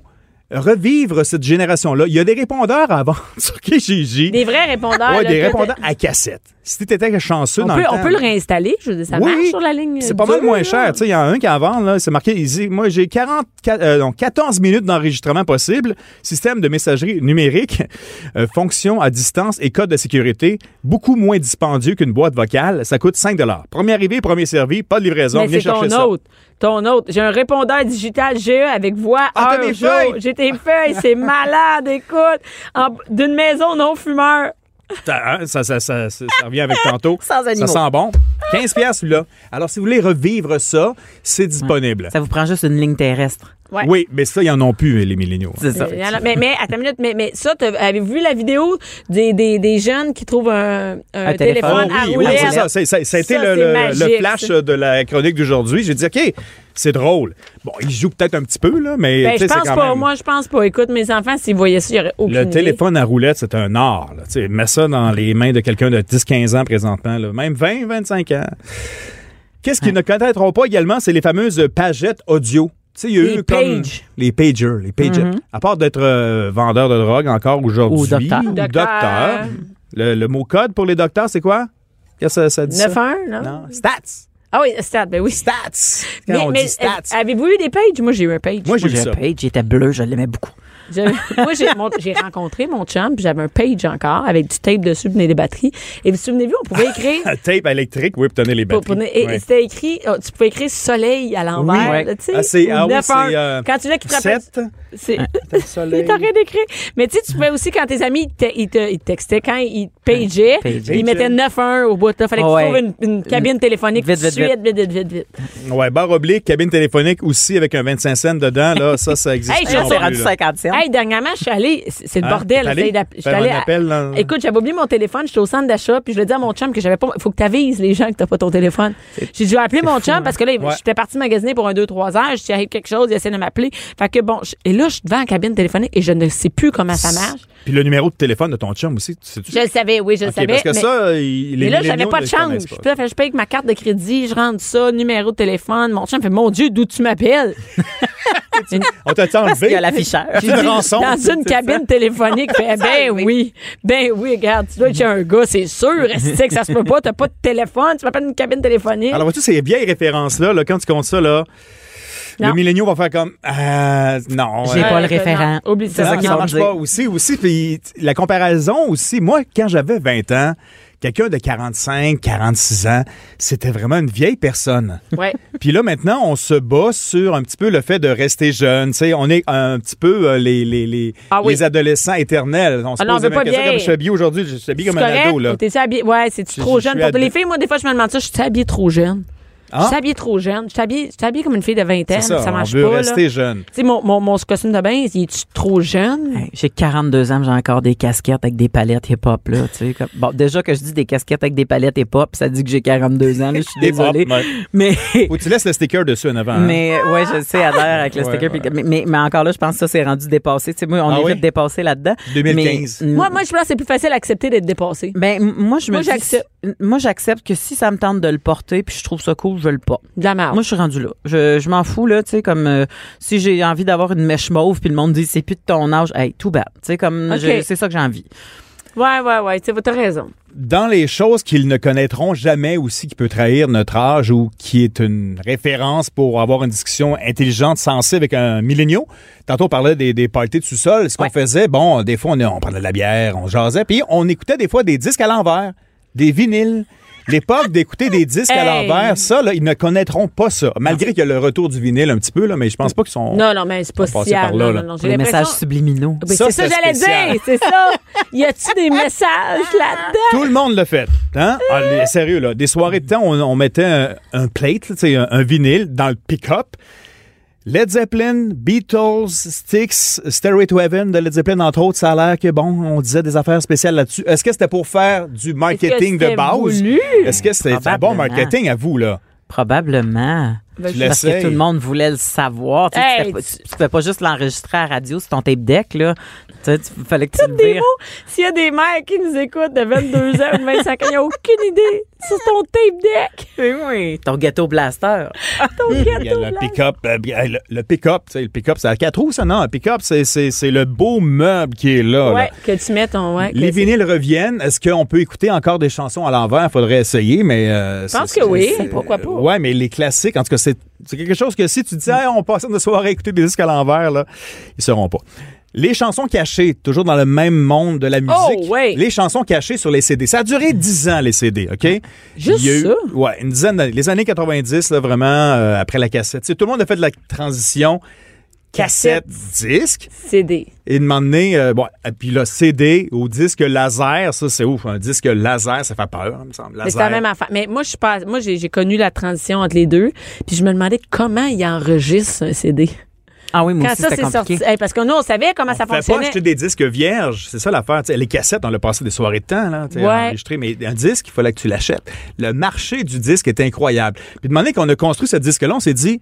E: revivre cette génération-là, il y a des répondeurs avant sur Kijiji.
C: Des vrais répondeurs.
E: Ouais,
C: là,
E: des
C: que-
E: répondeurs à cassette. Si tu étais chanceux
C: On
E: dans
C: peut,
E: le
C: on
E: temps,
C: peut le réinstaller, je veux dire, ça
E: Oui,
C: marche sur la ligne.
E: C'est pas mal
C: dure,
E: moins
C: là.
E: cher. Tu sais, Il y en a un qui avant, là, c'est marqué ici, moi j'ai 40, euh, non, 14 minutes d'enregistrement possible, système de messagerie numérique, euh, fonction à distance et code de sécurité, beaucoup moins dispendieux qu'une boîte vocale. Ça coûte 5 Premier arrivé, premier servi, pas de livraison,
C: Mais
E: viens
C: c'est ton
E: chercher ça.
C: autre. Ton autre. J'ai un répondeur digital GE avec voix,
E: Ah, t'as
C: heure,
E: des
C: jour.
E: feuilles!
C: J'ai tes feuilles, c'est malade, écoute. En- D'une maison non fumeur.
E: T'as- hein, ça, ça, ça, ça- ça revient avec tantôt.
F: Sans
E: ça
F: animaux.
E: sent bon. 15 pièces là. Alors si vous voulez revivre ça, c'est disponible.
F: Ça vous prend juste une ligne terrestre.
C: Ouais.
E: Oui, mais ça, ils en ont plus, les milléniaux. hein.
F: C'est ça.
C: Mais, Euh, alors, mais, mais, attends une minute, mais, mais ça, t'as- avez-vous vu la vidéo des, des, des jeunes qui trouvent un, un
F: Un
C: téléphone,
F: téléphone.
E: Ah
C: à
E: oui, oui,
C: roulette?
E: c'est ça. C'est- ça- ça a été
C: Ça,
E: le,
C: c'est
E: le-
C: magique,
E: le flash
C: ça.
E: de la chronique d'aujourd'hui. J'ai dit, OK, c'est drôle. Bon, il joue peut-être un petit peu, là, mais
C: Ben,
E: tu
C: je
E: sais, c'est
C: pense
E: quand
C: pas.
E: même-
C: Moi, je pense pas. Écoute, mes enfants, s'ils voyaient ça, il y aurait aucune
E: Le
C: idée.
E: téléphone à roulette, c'est un art. Là. Tu sais, Mets ça dans les mains de quelqu'un de 10-15 ans présentement, là. même 20-25 ans. Qu'est-ce qu'ils ne connaîtront pas également, c'est les fameuses pagettes audio. Tu sais, il y a
C: Les
E: eu comme-
C: pages. Mm-hmm.
E: les pagers, les pagettes. À part d'être euh, vendeur de drogue encore aujourd'hui,
F: Ou docteur.
C: Docteur.
E: docteur, Le, le mot code pour les docteurs, c'est quoi? Qu'est-ce que ça, ça dit? ça?
C: 9-1, non?
E: Non, stats.
C: Ah oui, stats, ben oui.
E: Stats! Quand
C: Mais,
E: on
C: mais,
E: dit stats.
C: euh, avez-vous eu des pages? Moi, j'ai eu un page.
E: moi, j'ai vu
F: Moi, j'ai
E: ça.
F: un page, j'étais bleu, je l'aimais beaucoup.
C: Je- moi, j'ai, mon- j'ai rencontré mon chum, puis j'avais un page encore avec du tape dessus, puis des batteries. Et vous vous souvenez-vous, on pouvait écrire.
E: Un tape électrique, oui, pour donner les
C: pour-
E: Ah, batteries.
C: pour- et,
E: Ouais.
C: et c'était écrit, oh, tu pouvais écrire soleil à l'envers,
F: Oui.
C: là, tu sais.
E: Ah, c'est-
C: ou
E: ah oui,
C: 9-1.
E: c'est, euh,
C: Quand tu l'as qui te rappelle.
E: Sept, Ah,
C: C'est,
E: t'as le soleil.
C: il t'a rien décrit. Mais tu sais, tu pouvais aussi, quand tes amis, ils te, ils te- ils te textaient, quand ils te pageaient,
F: Pageaient.
C: ils mettaient 9-1 au bout. Il fallait que
F: Ouais.
C: tu trouves une, une cabine téléphonique
F: Vite,
C: tout de
F: vite,
C: suite, vite, vite, vite, vite.
E: Ouais, barre oblique, cabine téléphonique aussi avec un 25 cents dedans, là, ça, ça existe.
C: Hey,
E: pas
C: je
E: non
C: sais,
E: plus,
F: rendu
E: là.
F: 50 cents.
C: Hey, dernièrement, je suis allée. C'est c'est le
E: Hein?
C: bordel.
E: T'es allée
C: j'essaie d'app- Je suis
E: faire
C: allée.
E: un
C: à-
E: appel euh. dans-
C: Écoute, j'avais oublié mon téléphone. J'étais au centre d'achat. Puis je le dis à mon chum que j'avais pas. Faut que tu avises les gens que t'as pas ton téléphone. J'ai dû appeler mon chum parce que là,
E: Ouais.
C: j'étais partie magasiner pour un 2-3 heures. J'étais arrivé quelque chose. Il essaie de m'appeler. Fait que bon. je- Et là, je suis devant la cabine téléphonique et je ne sais plus comment ça marche.
E: Puis le numéro de téléphone de ton chum aussi, tu sais-tu?
C: Je le savais. Oui, je le
E: Ok,
C: savais.
E: Parce que
C: mais-
E: ça, il les
C: mais là, j'avais
E: milléniaux
C: pas
E: ne
C: de
E: le
C: change.
E: connaissent pas.
C: Puis là, fait que je paye avec ma carte de crédit, je rentre ça, numéro de téléphone. Mon chum fait Mon Dieu, d'où tu m'appelles?
E: On t'a
F: Il y a
E: enlevé.
F: l'afficheur.
E: J'ai dit- rançon,
C: Dans une cabine téléphonique. Fait, ben oui. Ben oui, regarde, tu dois être chez un gars, c'est sûr. C'est que ça se peut pas, t'as pas de téléphone, tu m'appelles une cabine téléphonique.
E: Alors, vois-tu, ces vieilles références-là, là, quand tu comptes ça, là, le
C: Non.
E: milléniaux va faire comme, ah, non.
F: J'ai
E: euh,
F: pas le
C: Euh,
F: référent.
C: non, oublie
F: C'est
C: ça.
F: ça
E: Ah,
F: qui
E: ça
F: va
E: marche pas aussi aussi puis la comparaison aussi moi quand j'avais 20 ans quelqu'un de 45, 46 ans, c'était vraiment une vieille personne.
C: Ouais.
E: Puis là, maintenant, on se bat sur un petit peu le fait de rester jeune. Tu sais, on est un petit peu euh, les, les, les,
C: Ah oui.
E: les adolescents éternels. On se
C: Ah non, on
E: pose
C: veut
E: la même
C: pas
E: question
C: vieille.
E: comme je suis habillé aujourd'hui. Je suis habillé
C: C'est
E: comme un ado, là.
C: correct? T'es-tu habillé? Ouais, c'est
E: Je-
C: trop
E: je- je
C: jeune.
E: suis
C: Pour les
E: ado.
C: filles, moi, des fois, je me demande ça. Je suis habillée trop jeune? Je
E: Ah,
C: suis habillée trop jeune. Je suis habillée, je suis habillée comme une fille de 20 ans.
E: c'est
C: Ça,
E: ça, on
C: marche
E: veut
C: pas. là.
E: rester jeune.
C: Tu sais, mon, mon, mon costume de bain, il est trop jeune?
F: Hey, J'ai 42 ans, j'ai encore des casquettes avec des palettes hip-hop. Là, tu sais, comme- Bon, déjà que je dis des casquettes avec des palettes hip-hop, ça dit que j'ai 42 ans. là, Je suis désolée.
E: Hop, ouais.
F: Mais,
E: Faut que tu laisses le sticker dessus en avant. hein.
F: mais ouais, je sais, à l'heure avec le
E: Ouais,
F: sticker.
E: ouais.
F: puis- Mais, mais, mais encore là, je pense que ça s'est rendu dépassé. Tu sais, moi, on
E: Ah
F: est
E: oui?
F: vite dépassé là-dedans.
E: 2015.
F: Mais-
C: Moi, moi, je pense que c'est plus facile d'accepter d'être dépassé.
F: Ben, m- moi, je me
C: Moi,
F: dis-
C: j'accepte.
F: Moi, j'accepte que si ça me tente de le porter, puis je trouve ça cool, je le porte.
C: De la merde.
F: Moi, je suis rendu là. Je, je m'en fous, là, tu sais, comme euh, si j'ai envie d'avoir une mèche mauve, puis le monde dit c'est plus de ton âge, hey, tout bad. Tu sais, comme
C: Ok.
F: je- c'est ça que j'ai envie.
C: Ouais, ouais, ouais. Tu sais, t'as raison.
E: Dans les choses qu'ils ne connaîtront jamais aussi, qui peut trahir notre âge ou qui est une référence pour avoir une discussion intelligente, sensée avec un milléniaux. Tantôt, on parlait des, des parties de sous-sol. Ce qu'on
F: Ouais.
E: faisait, bon, des fois, on, on prenait de la bière, on jasait, puis on écoutait des fois des disques à l'envers, des vinyles. L'époque d'écouter des disques à
C: Hey!
E: l'envers, ça, là, ils ne connaîtront pas ça. Malgré qu'il y a le retour du vinyle un petit peu, là, mais je pense pas qu'ils sont...
C: Non, non, mais c'est pas
E: On
C: si
E: passait par
C: ah,
E: là,
C: non,
E: là.
C: non, non, j'ai
F: Les messages
C: l'impression.
F: subliminaux.
C: Ben,
E: Ça,
C: c'est ça que
E: c'est
C: j'allais
E: spécial.
C: dire, c'est ça. Y a-tu des messages là-dedans?
E: Tout le monde le fait. Hein? Ah, les- sérieux, là. Des soirées de temps, on, on mettait un, un plate, là, tu sais, un, un vinyle dans le pick-up. Led Zeppelin, Beatles, Styx, Stairway to Heaven de Led Zeppelin, entre autres, ça a l'air que, bon, on disait des affaires spéciales là-dessus. Est-ce que c'était pour faire du marketing
C: c'était
E: de base?
C: voulu?
E: Est-ce que c'était un bon
F: Probablement.
E: marketing à vous, là?
F: Probablement.
C: Ben,
E: Tu
F: Parce que
E: l'essayes.
F: tout le monde voulait le savoir. Tu
C: Hey,
F: ne pouvais pas juste l'enregistrer à la radio sur ton tape deck, là. Tu sais, tu- fallait que tu le
C: Des
F: vires.
C: mots. S'il y a des mères qui nous écoutent de 22 ans ou de 25 ans, ils n'ont aucune idée. Sur ton tape deck. Ah,
F: Eh oui, ton ghetto blaster.
C: Ton
E: Il y a
C: gâteau
E: le
C: blanc.
E: pick-up, euh, hey, le, le pick-up, tu sais, le pick-up, c'est à quatre roues, ça, non? Un pick-up, c'est- c'est c'est le beau meuble qui est là. là.
C: Ouais, que tu mets ton. Ouais, que
E: Les
C: c'est-
E: vinyles reviennent. Est-ce qu'on peut écouter encore des chansons à l'envers? Faudrait essayer, mais... euh,
C: Je pense
E: c'est-
C: que
E: c'est-
C: oui.
E: c'est-
C: Pourquoi pas?
E: Ouais, mais les classiques, en tout cas, c'est c'est quelque chose que si tu dis, Hey, on passe une soirée à écouter des disques à l'envers, là, ils seront pas. Les chansons cachées, toujours dans le même monde de la musique.
C: Oh, ouais.
E: Les chansons cachées sur les CD. Ça a duré 10 ans, les CD, OK?
C: Ah, Juste
E: Il y a eu-
C: ça?
E: Ouais, une dizaine d'années. Les années 90, là, vraiment, euh, après la cassette. Tu sais, tout le monde a fait de la transition
C: Cassette.
E: cassette-disque.
C: CD.
E: Et de m'emmener, euh, bon, et puis le CD au disque laser, ça c'est ouf, un disque laser, ça fait peur, il me semble.
C: Mais c'est la
E: Laser.
C: même affaire. Mais moi, je suis pas, moi, j'ai, j'ai connu la transition entre les deux. Puis je me demandais comment ils enregistrent un CD.
F: Ah oui, moi
C: Quand
F: aussi,
C: ça
F: c'était
C: c'est
F: compliqué.
C: sorti, Hey, parce que nous, on savait comment ça
E: On fait pas
C: fonctionnait.
E: acheter des disques vierges, c'est ça l'affaire. tu sais, Les cassettes, on l'a passé des soirées de temps, là, tu sais,
C: Ouais.
E: enregistré, mais un disque, il fallait que tu l'achètes. Le marché du disque est incroyable. Puis demander qu'on a construit ce disque-là, on s'est dit,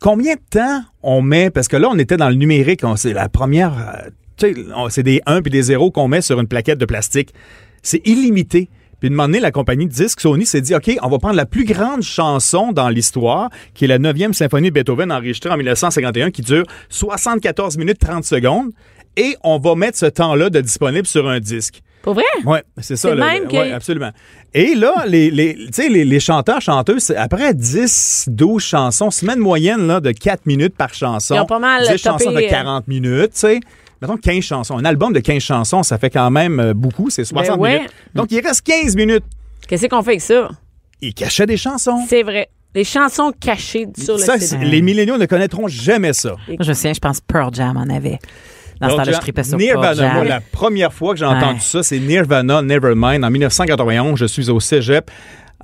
E: combien de temps on met, parce que là, on était dans le numérique, on- c'est la première, euh, tu sais, on- c'est des 1 puis des 0 qu'on met sur une plaquette de plastique. C'est illimité. Puis de donné, la compagnie de disques Sony s'est dit, OK, on va prendre la plus grande chanson dans l'histoire, qui est la 9e symphonie de Beethoven enregistrée en 1951, qui dure 74 minutes 30 secondes, et on va mettre ce temps-là de disponible sur un disque.
C: Pour vrai?
E: Oui, c'est ça.
C: C'est
E: là,
C: même
E: le-
C: que-
E: ouais, absolument. Et là, les, les, tu sais, les, les chanteurs, chanteuses, c'est après 10, 12 chansons, semaine moyenne là, de 4 minutes par chanson.
C: Ils ont pas mal
E: 10 chansons de
C: topé, euh,
E: 40 minutes, tu sais. Mettons 15 chansons. Un album de 15 chansons, ça fait quand même euh, beaucoup, c'est 60
C: Ben ouais.
E: minutes. Donc, il reste 15 minutes.
C: Qu'est-ce qu'on fait avec ça?
E: Ils cachaient des chansons.
C: C'est vrai. Les chansons cachées sur le
E: Ça, c'est-
C: CD.
E: les milléniaux ne connaîtront jamais ça.
F: Moi, je me souviens, je pense Pearl Jam en avait. Dans
E: Donc,
F: ce temps-là, je
E: Jean-
F: tripais sur Pearl
E: Nirvana.
F: Jam.
E: Moi, la première fois que j'ai entendu
F: Ouais.
E: ça, c'est Nirvana Nevermind. En 1991, je suis au cégep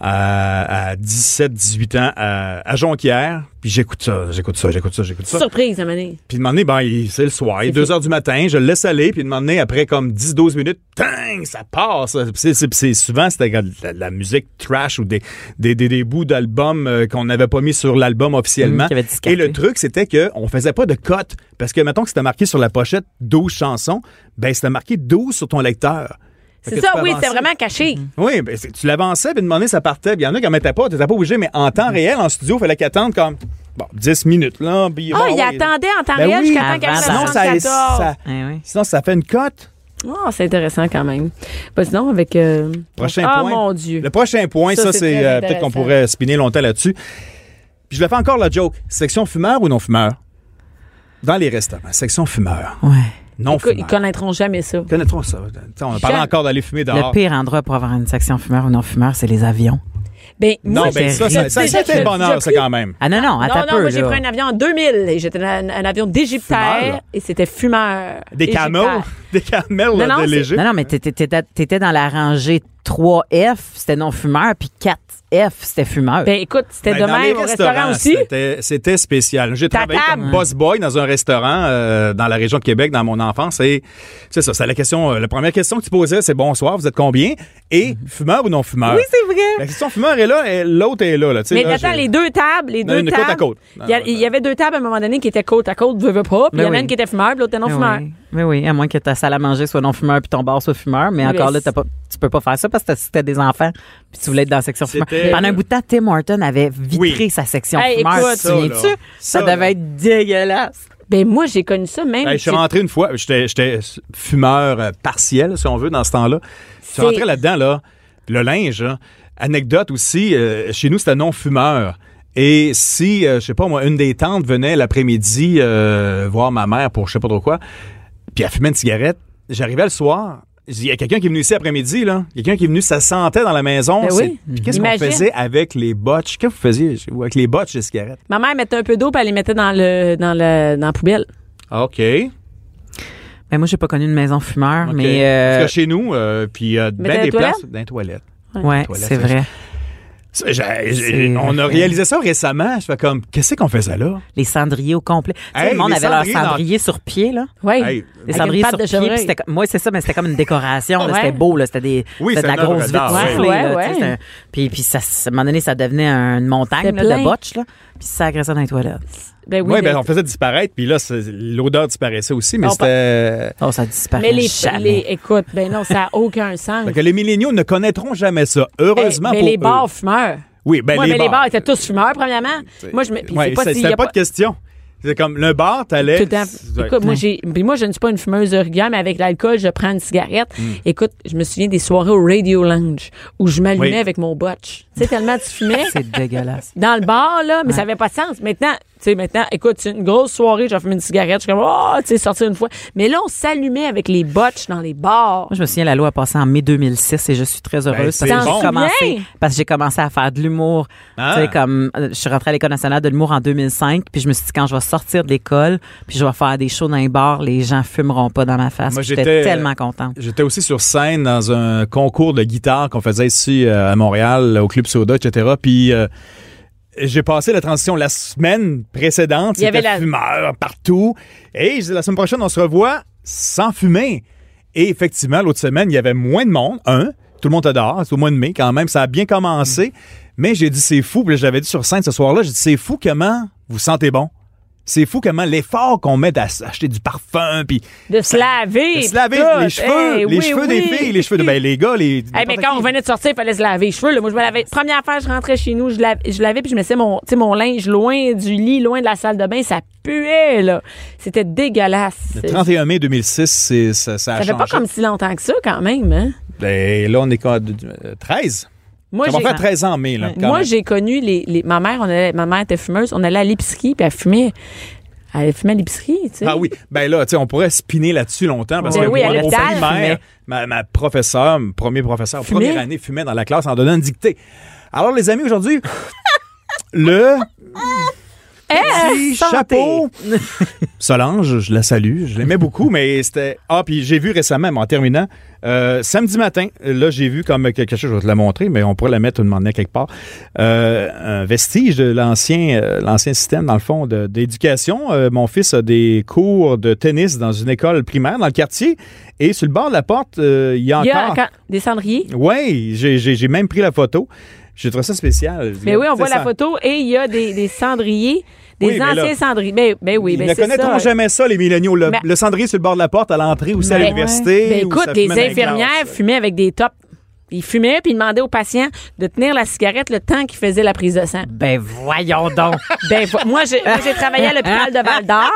E: à, à 17-18 ans à, à Jonquière. Puis j'écoute ça, j'écoute ça, j'écoute ça, j'écoute ça.
C: Surprise, à mener.
E: Puis de m'emmener, ben, il- c'est le soir, il est 2 heures du matin, je le laisse aller. Puis de m'emmener, après comme 10-12 minutes, tang, ça passe. Puis c'est- c'est- c'est- souvent, c'était de la, de la musique trash ou des, des, des, des bouts d'albums euh, qu'on n'avait pas mis sur l'album officiellement.
F: Mmh, qui avaient
E: Et
F: discardé.
E: le truc, c'était qu'on faisait pas de cote. Parce que, mettons que c'était marqué sur la pochette 12 chansons, ben, c'était marqué 12 sur ton lecteur. Fait
C: C'est
E: que tu
C: ça,
E: peux
C: oui,
E: avancer.
C: c'est vraiment caché.
E: Oui, ben, c'est- tu l'avançais, puis demandais, ça partait. Puis il y en a qui n'en mettaient pas, tu n'étais pas obligé, mais en
C: Mmh.
E: temps réel, en studio, il fallait qu'attendre comme, bon, 10 minutes, là. puis
C: Ah,
E: bon,
C: il
E: ouais.
C: attendait en temps
E: Ben
C: réel
E: oui,
C: jusqu'à temps Ah, qu'elle
F: avant,
E: Sinon,
C: fasse
E: ça,
C: 74.
E: ça-
F: Eh oui.
E: sinon, ça fait une cote.
C: Oh, c'est intéressant quand même. Bah, sinon, avec. euh,
E: Prochain
C: ah,
E: point.
C: mon Dieu.
E: Le prochain point,
C: Ça,
E: ça,
C: c'est
E: c'est
C: très
E: euh, peut-être
C: intéressant.
E: qu'on pourrait spinner longtemps là-dessus. Puis je vais faire encore la joke. Section fumeur ou non fumeur? Dans les restaurants, section fumeur.
F: Ouais.
E: Non
C: Écoute,
E: fumeur.
C: ils connaîtront jamais ça.
E: Connaîtrons ça. T'sais, on a parlé
C: Jean-
E: encore d'aller fumer dehors.
F: Le pire endroit pour avoir une section fumeur ou non fumeur, c'est les avions.
C: Ben,
E: Non,
C: moi,
E: ben
F: j'ai-
E: ça, ça,
C: j'ai
E: ça,
C: déjà-
E: c'était
C: j'ai
E: le bonheur,
C: déjà
E: ça,
C: pris-
E: quand même.
F: Ah non, non, attends
C: non,
F: un peu.
C: non, moi j'ai
F: là.
C: pris un avion en 2000 et j'étais dans un, un avion d'Égyptaire
E: Fumeur.
C: et c'était fumeur.
E: Des camels,
C: Égyptaire.
E: des camels
C: Non, non,
E: de
C: c'est-
E: léger.
F: Non, non, mais t'étais- t'étais t'étais dans la rangée 3F, c'était non fumeur, puis 4F, c'était fumeur.
C: Ben écoute, c'était
E: Ben,
C: de
E: dans les
C: même au restaurant
E: restaurants,
C: aussi.
E: c'était- C'était spécial. J'ai
C: Ta
E: travaillé
C: table.
E: comme boss boy dans un restaurant euh, dans la région de Québec dans mon enfance. Et c'est ça, c'est la question. euh, la première question que tu posais, c'est bonsoir, vous êtes combien?
C: Mhm.
E: Et fumeur ou non fumeur?
F: oui, c'est vrai.
E: La question fumeur est là, et l'autre est là. là tu sais,
C: Mais
E: là,
C: attends,
E: j'ai-
C: les deux tables, les
E: Non,
C: deux
E: une côte
C: tables.
E: à côte.
C: Il y, a- il y avait deux tables à un moment donné qui étaient côte à côte, veux, veux pas. Puis il y
F: Mais
C: en a
F: oui.
C: une qui était fumeur, puis l'autre était non
F: Mais
C: fumeur.
F: oui. Mais oui, à moins que ta salle à manger soit non fumeur puis ton bar soit fumeur. Mais
C: Mais
F: encore là,
C: c'est-
F: t'as pas, tu peux pas faire ça parce que c'était des enfants puis tu voulais être dans la section fumeur.
E: C'était-
F: Pendant un bout de temps, Tim Horton avait vitré
E: Oui.
F: sa section
C: Hey,
F: fumeur.
C: écoute,
F: tu
E: ça,
F: te souviens-tu?
E: là. Ça,
F: Ça, devait
E: là.
F: être dégueulasse.
C: Ben moi j'ai connu ça même.
E: Hey, je suis
C: c'est-
E: rentré une fois, j'étais j'étais fumeur euh, partiel, si on veut, dans ce temps-là. Je suis rentré là-dedans, là, le linge. hein. Anecdote aussi, euh, chez nous, c'était non-fumeur. Et si, euh, je sais pas moi, une des tantes venait l'après-midi euh, voir ma mère pour je sais pas trop quoi, puis elle fumait une cigarette, j'arrivais le soir, je dis, il y a quelqu'un qui est venu ici après-midi, là. Quelqu'un qui est venu, ça sentait dans la maison.
C: Ben
E: c'est-
C: oui.
E: Puis qu'est-ce qu'on
C: Imagine.
E: faisait avec les botches? Qu'est-ce que vous faisiez chez vous avec les botches de cigarettes?
C: Ma mère mettait un peu d'eau puis elle les mettait dans le dans le dans la poubelle.
E: OK.
F: Mais moi, j'ai pas connu une maison fumeur,
E: OK.
F: mais euh,
E: Parce que chez nous, euh, puis euh,
C: dans
E: ben
C: les
E: des
C: toilettes?
E: places, dans les toilettes.
F: ouais,
E: toilettes,
F: c'est
E: ça,
F: vrai.
E: Ça, j'ai-
F: C'est
E: j'ai- On a
F: vrai.
E: réalisé ça récemment. Je fais comme, qu'est-ce qu'on faisait là?
F: Les cendriers au complet. Tu sais,
E: Hey,
F: le monde
E: les
F: avait leur
E: cendriers dans-
F: cendrier sur pied, là.
C: Ouais.
E: Hey,
F: Les
C: Avec
F: cendriers
C: une pâte
F: sur
C: de
F: pied,
C: chevreuil.
F: puis c'était comme- moi c'est ça, mais c'était comme une décoration, là,
C: Ouais.
F: c'était beau, là, c'était des,
E: Oui,
F: c'était de
E: c'est
F: la
E: une œuvre
F: grosse vitre
E: d'art,
C: ouais.
F: soufflée,
C: Ouais,
F: là, tu sais,
C: ouais.
F: c'était un- puis puis ça, à un moment donné ça devenait une montagne
C: C'était
F: là, de
C: plein.
F: botches, là, puis ça agressait dans les toilettes.
C: Ben oui.
E: Oui,
C: mais-
E: ben, on faisait disparaître, puis là, c'est- l'odeur disparaissait aussi, mais
C: On
E: c'était.
F: Oh, ça disparaît
C: mais les,
F: jamais.
C: les écoute, ben non, ça a aucun sens.
E: Fait que les milléniaux ne connaîtront jamais ça. Heureusement
C: Hey, Eh, mais
E: pour
C: les
E: eux.
C: bars fumeurs.
E: Oui, ben,
C: Ouais,
E: les
C: mais
E: bars.
C: les bars étaient tous fumeurs, premièrement. Moi, je me. puis
E: Ouais,
C: c'est pas
E: c'est-
C: s'il y
E: c'était
C: a
E: pas
C: pas-
E: de question. C'est comme le bar, t'allais.
C: Tout le temps.
E: Ouais.
C: Écoute, moi, j'ai, puis moi, je ne suis pas une fumeuse régulière, mais avec l'alcool, je prends une cigarette.
E: Hmm.
C: Écoute, je me souviens des soirées au Radio Lounge où je m'allumais
E: Oui.
C: avec mon botch. Tu sais, tellement tu fumais
F: c'est dégueulasse.
C: dans le bar, là, mais ça n'avait pas de sens. Maintenant, tu sais, maintenant, écoute, c'est une grosse soirée, j'ai fumé une cigarette, je suis comme, oh, tu sais, sortir une fois. Mais là, on s'allumait avec les botches dans les bars.
F: Moi, je me souviens, la loi a passé en mai 2006 et je suis très heureuse
E: Ben, c'est
F: parce, que
E: bon.
F: j'ai commencé,
C: Souviens?
F: parce que j'ai commencé à faire de l'humour.
E: Ah.
F: Tu sais, comme, euh, je suis rentrée à l'École nationale de l'humour en 2005, puis je me suis dit, quand je vais sortir de l'école, puis je vais faire des shows dans les bars, les gens fumeront pas dans ma face.
E: Moi,
F: Puis j'étais
E: j'étais-
F: tellement contente.
E: J'étais aussi sur scène dans un concours de guitare qu'on faisait ici euh, à Montréal, au Club Soda, etc. Puis euh, j'ai passé la transition la semaine précédente.
C: Il y avait
E: c'était
C: la-
E: fumeur partout. Et je dis, la semaine prochaine, on se revoit sans fumer. Et effectivement, l'autre semaine, il y avait moins de monde. Un, tout le monde était dehors. C'est au mois de mai quand même. Ça a bien
C: Mm.
E: commencé. Mais j'ai dit, c'est fou. Puis là, j'avais dit sur scène ce soir-là, j'ai dit, c'est fou comment vous sentez bon. C'est fou comment l'effort qu'on met à s- acheter du parfum, puis
C: De se laver.
E: de se laver
C: tout.
E: les cheveux,
C: Hey,
E: les
C: oui,
E: cheveux
C: oui.
E: des filles, les cheveux de ben, les gars, les.
C: Hey, mais quand on venait de sortir, il fallait se laver les cheveux. Là. Moi, je me lavais. Première affaire, je rentrais chez nous, je lavais, je lavais puis je mettais mon, tu sais, mon linge loin du lit, loin de la salle de bain. Ça puait, là. C'était dégueulasse.
E: Le 31 mai 2006, c'est- ça, ça a
C: Ça fait pas
E: changé.
C: comme si longtemps que ça, quand même. Hein?
E: Ben, là, on est quoi, de- euh, 13?
C: Moi,
E: ça va
C: j'ai-
E: faire 13 ans en mai, là. quand
C: Moi,
E: même.
C: j'ai connu les, les- Ma mère, on allait- ma mère était fumeuse. On allait à l'épicerie, puis elle fumait. Elle fumait à l'épicerie, tu sais.
E: Ah oui, ben là, tu sais, on pourrait spiner là-dessus longtemps parce
C: Ben
E: que
C: oui,
E: moi,
C: à
E: mon
C: l'hôpital,
E: primaire,
F: fumait.
E: ma, ma professeure, mon premier professeur,
C: Fumait.
E: première année, fumait dans la classe en donnant une dictée. Alors, les amis, aujourd'hui, le
C: Eh,
E: petit chapeau. Solange, je la salue, je l'aimais beaucoup, mais c'était. Ah, puis j'ai vu récemment, mais en terminant, euh, samedi matin, là, j'ai vu comme quelque chose, je vais te la montrer, mais on pourrait la mettre une manière quelque part. Euh, un vestige de l'ancien euh, l'ancien système, dans le fond, de- d'éducation. Euh, mon fils a des cours de tennis dans une école primaire dans le quartier, et sur le bord de la porte, euh, il y a
C: Il y a
E: encore.
C: quand- des cendriers.
E: Oui, j'ai j'ai- j'ai même pris la photo. J'ai trouvé ça spécial.
C: Mais oui, on voit
E: C'est
C: la
E: ça.
C: photo et il y a des, des cendriers, des
E: Oui, mais là,
C: anciens cendriers. Ben, ben oui,
E: Ils
C: ben
E: ne
C: c'est
E: connaîtront
C: ça.
E: jamais ça, les milléniaux. Le,
C: Mais-
E: le cendrier sur le bord de la porte à l'entrée ou c'est à
C: Ben-
E: l'université.
C: Ben
E: ou
C: écoute,
E: ça
C: les
E: fume dans les
C: infirmières
E: classes.
C: fumaient avec des tops. Il fumait puis il demandait aux patients de tenir la cigarette le temps qu'il faisait la prise de sang.
F: Ben voyons donc.
C: Ben, vo- moi, j'ai moi, j'ai travaillé à l'hôpital de Val d'Or.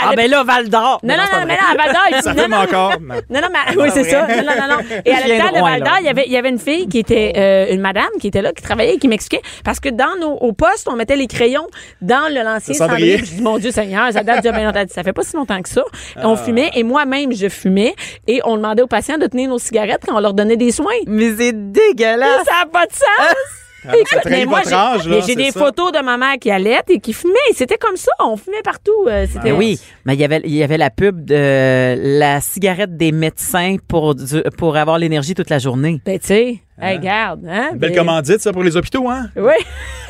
F: ah ben là, Val d'Or.
C: Non, non,
F: c'est pas
C: non, mais
F: vrai.
C: là, à Val d'Or, ils
E: Ça
C: non,
E: fume
C: non,
E: encore. mais-
C: Non, non, mais oui, c'est ça. Non, non, non, non. Et à
F: Je viens
C: l'hôpital
F: de
C: de
F: loin,
C: Val
F: là.
C: d'Or, il y avait, il y avait une fille qui était euh, une madame qui était là, qui travaillait et qui m'expliquait. Parce que dans nos au poste, on mettait les crayons dans le l'ancien cendrier.
E: Le cendrier.
C: Puis Je dis, mon Dieu Seigneur, ça date de bien longtemps. Ça fait pas si longtemps que ça. On fumait et moi-même, je fumais. Et on demandait aux patients de tenir nos cigarettes quand on leur donnait des soins.
F: Mais
C: Ça
F: c'est dégueulasse.
C: n'a pas de sens!
E: ça
C: Écoute,
E: trahit votre
C: j'ai-
E: âge, là,
C: mais j'ai
E: c'est
C: des
E: ça.
C: photos de ma mère qui allait et qui fumait. Et C'était comme ça. On fumait partout. Euh, C'était
F: Ben oui, mais il y avait il y avait la pub de la cigarette des médecins pour du- pour avoir l'énergie toute la journée.
C: Ben, tu sais, hey, regarde. Hein,
E: Belle
C: ben-
E: commandite, ça, pour les hôpitaux, hein?
C: Oui,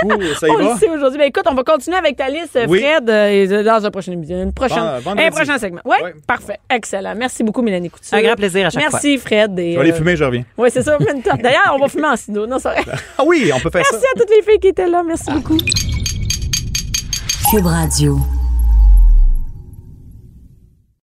E: Ouh, ça y
C: on le
E: va.
C: sait aujourd'hui. Ben, écoute, on va continuer avec ta liste, euh,
E: Oui.
C: Fred, euh, et, euh, dans un prochain émission. Une prochaine,
E: Bon, euh, vendredi.
C: un prochain segment. Oui,
E: Ouais.
C: parfait. Excellent. Merci beaucoup, Mélanie Couture.
F: Un grand plaisir à chaque fois.
C: Merci, Fred. Et,
E: Je vais aller
C: euh,
E: fumer, je reviens.
C: Oui, c'est ça. on fait une top. D'ailleurs, on va fumer en sino. Non, ça...
E: Ah oui, on peut faire ça.
F: Ah.
C: Merci à toutes les filles qui étaient là. Merci beaucoup.
A: Cube Radio.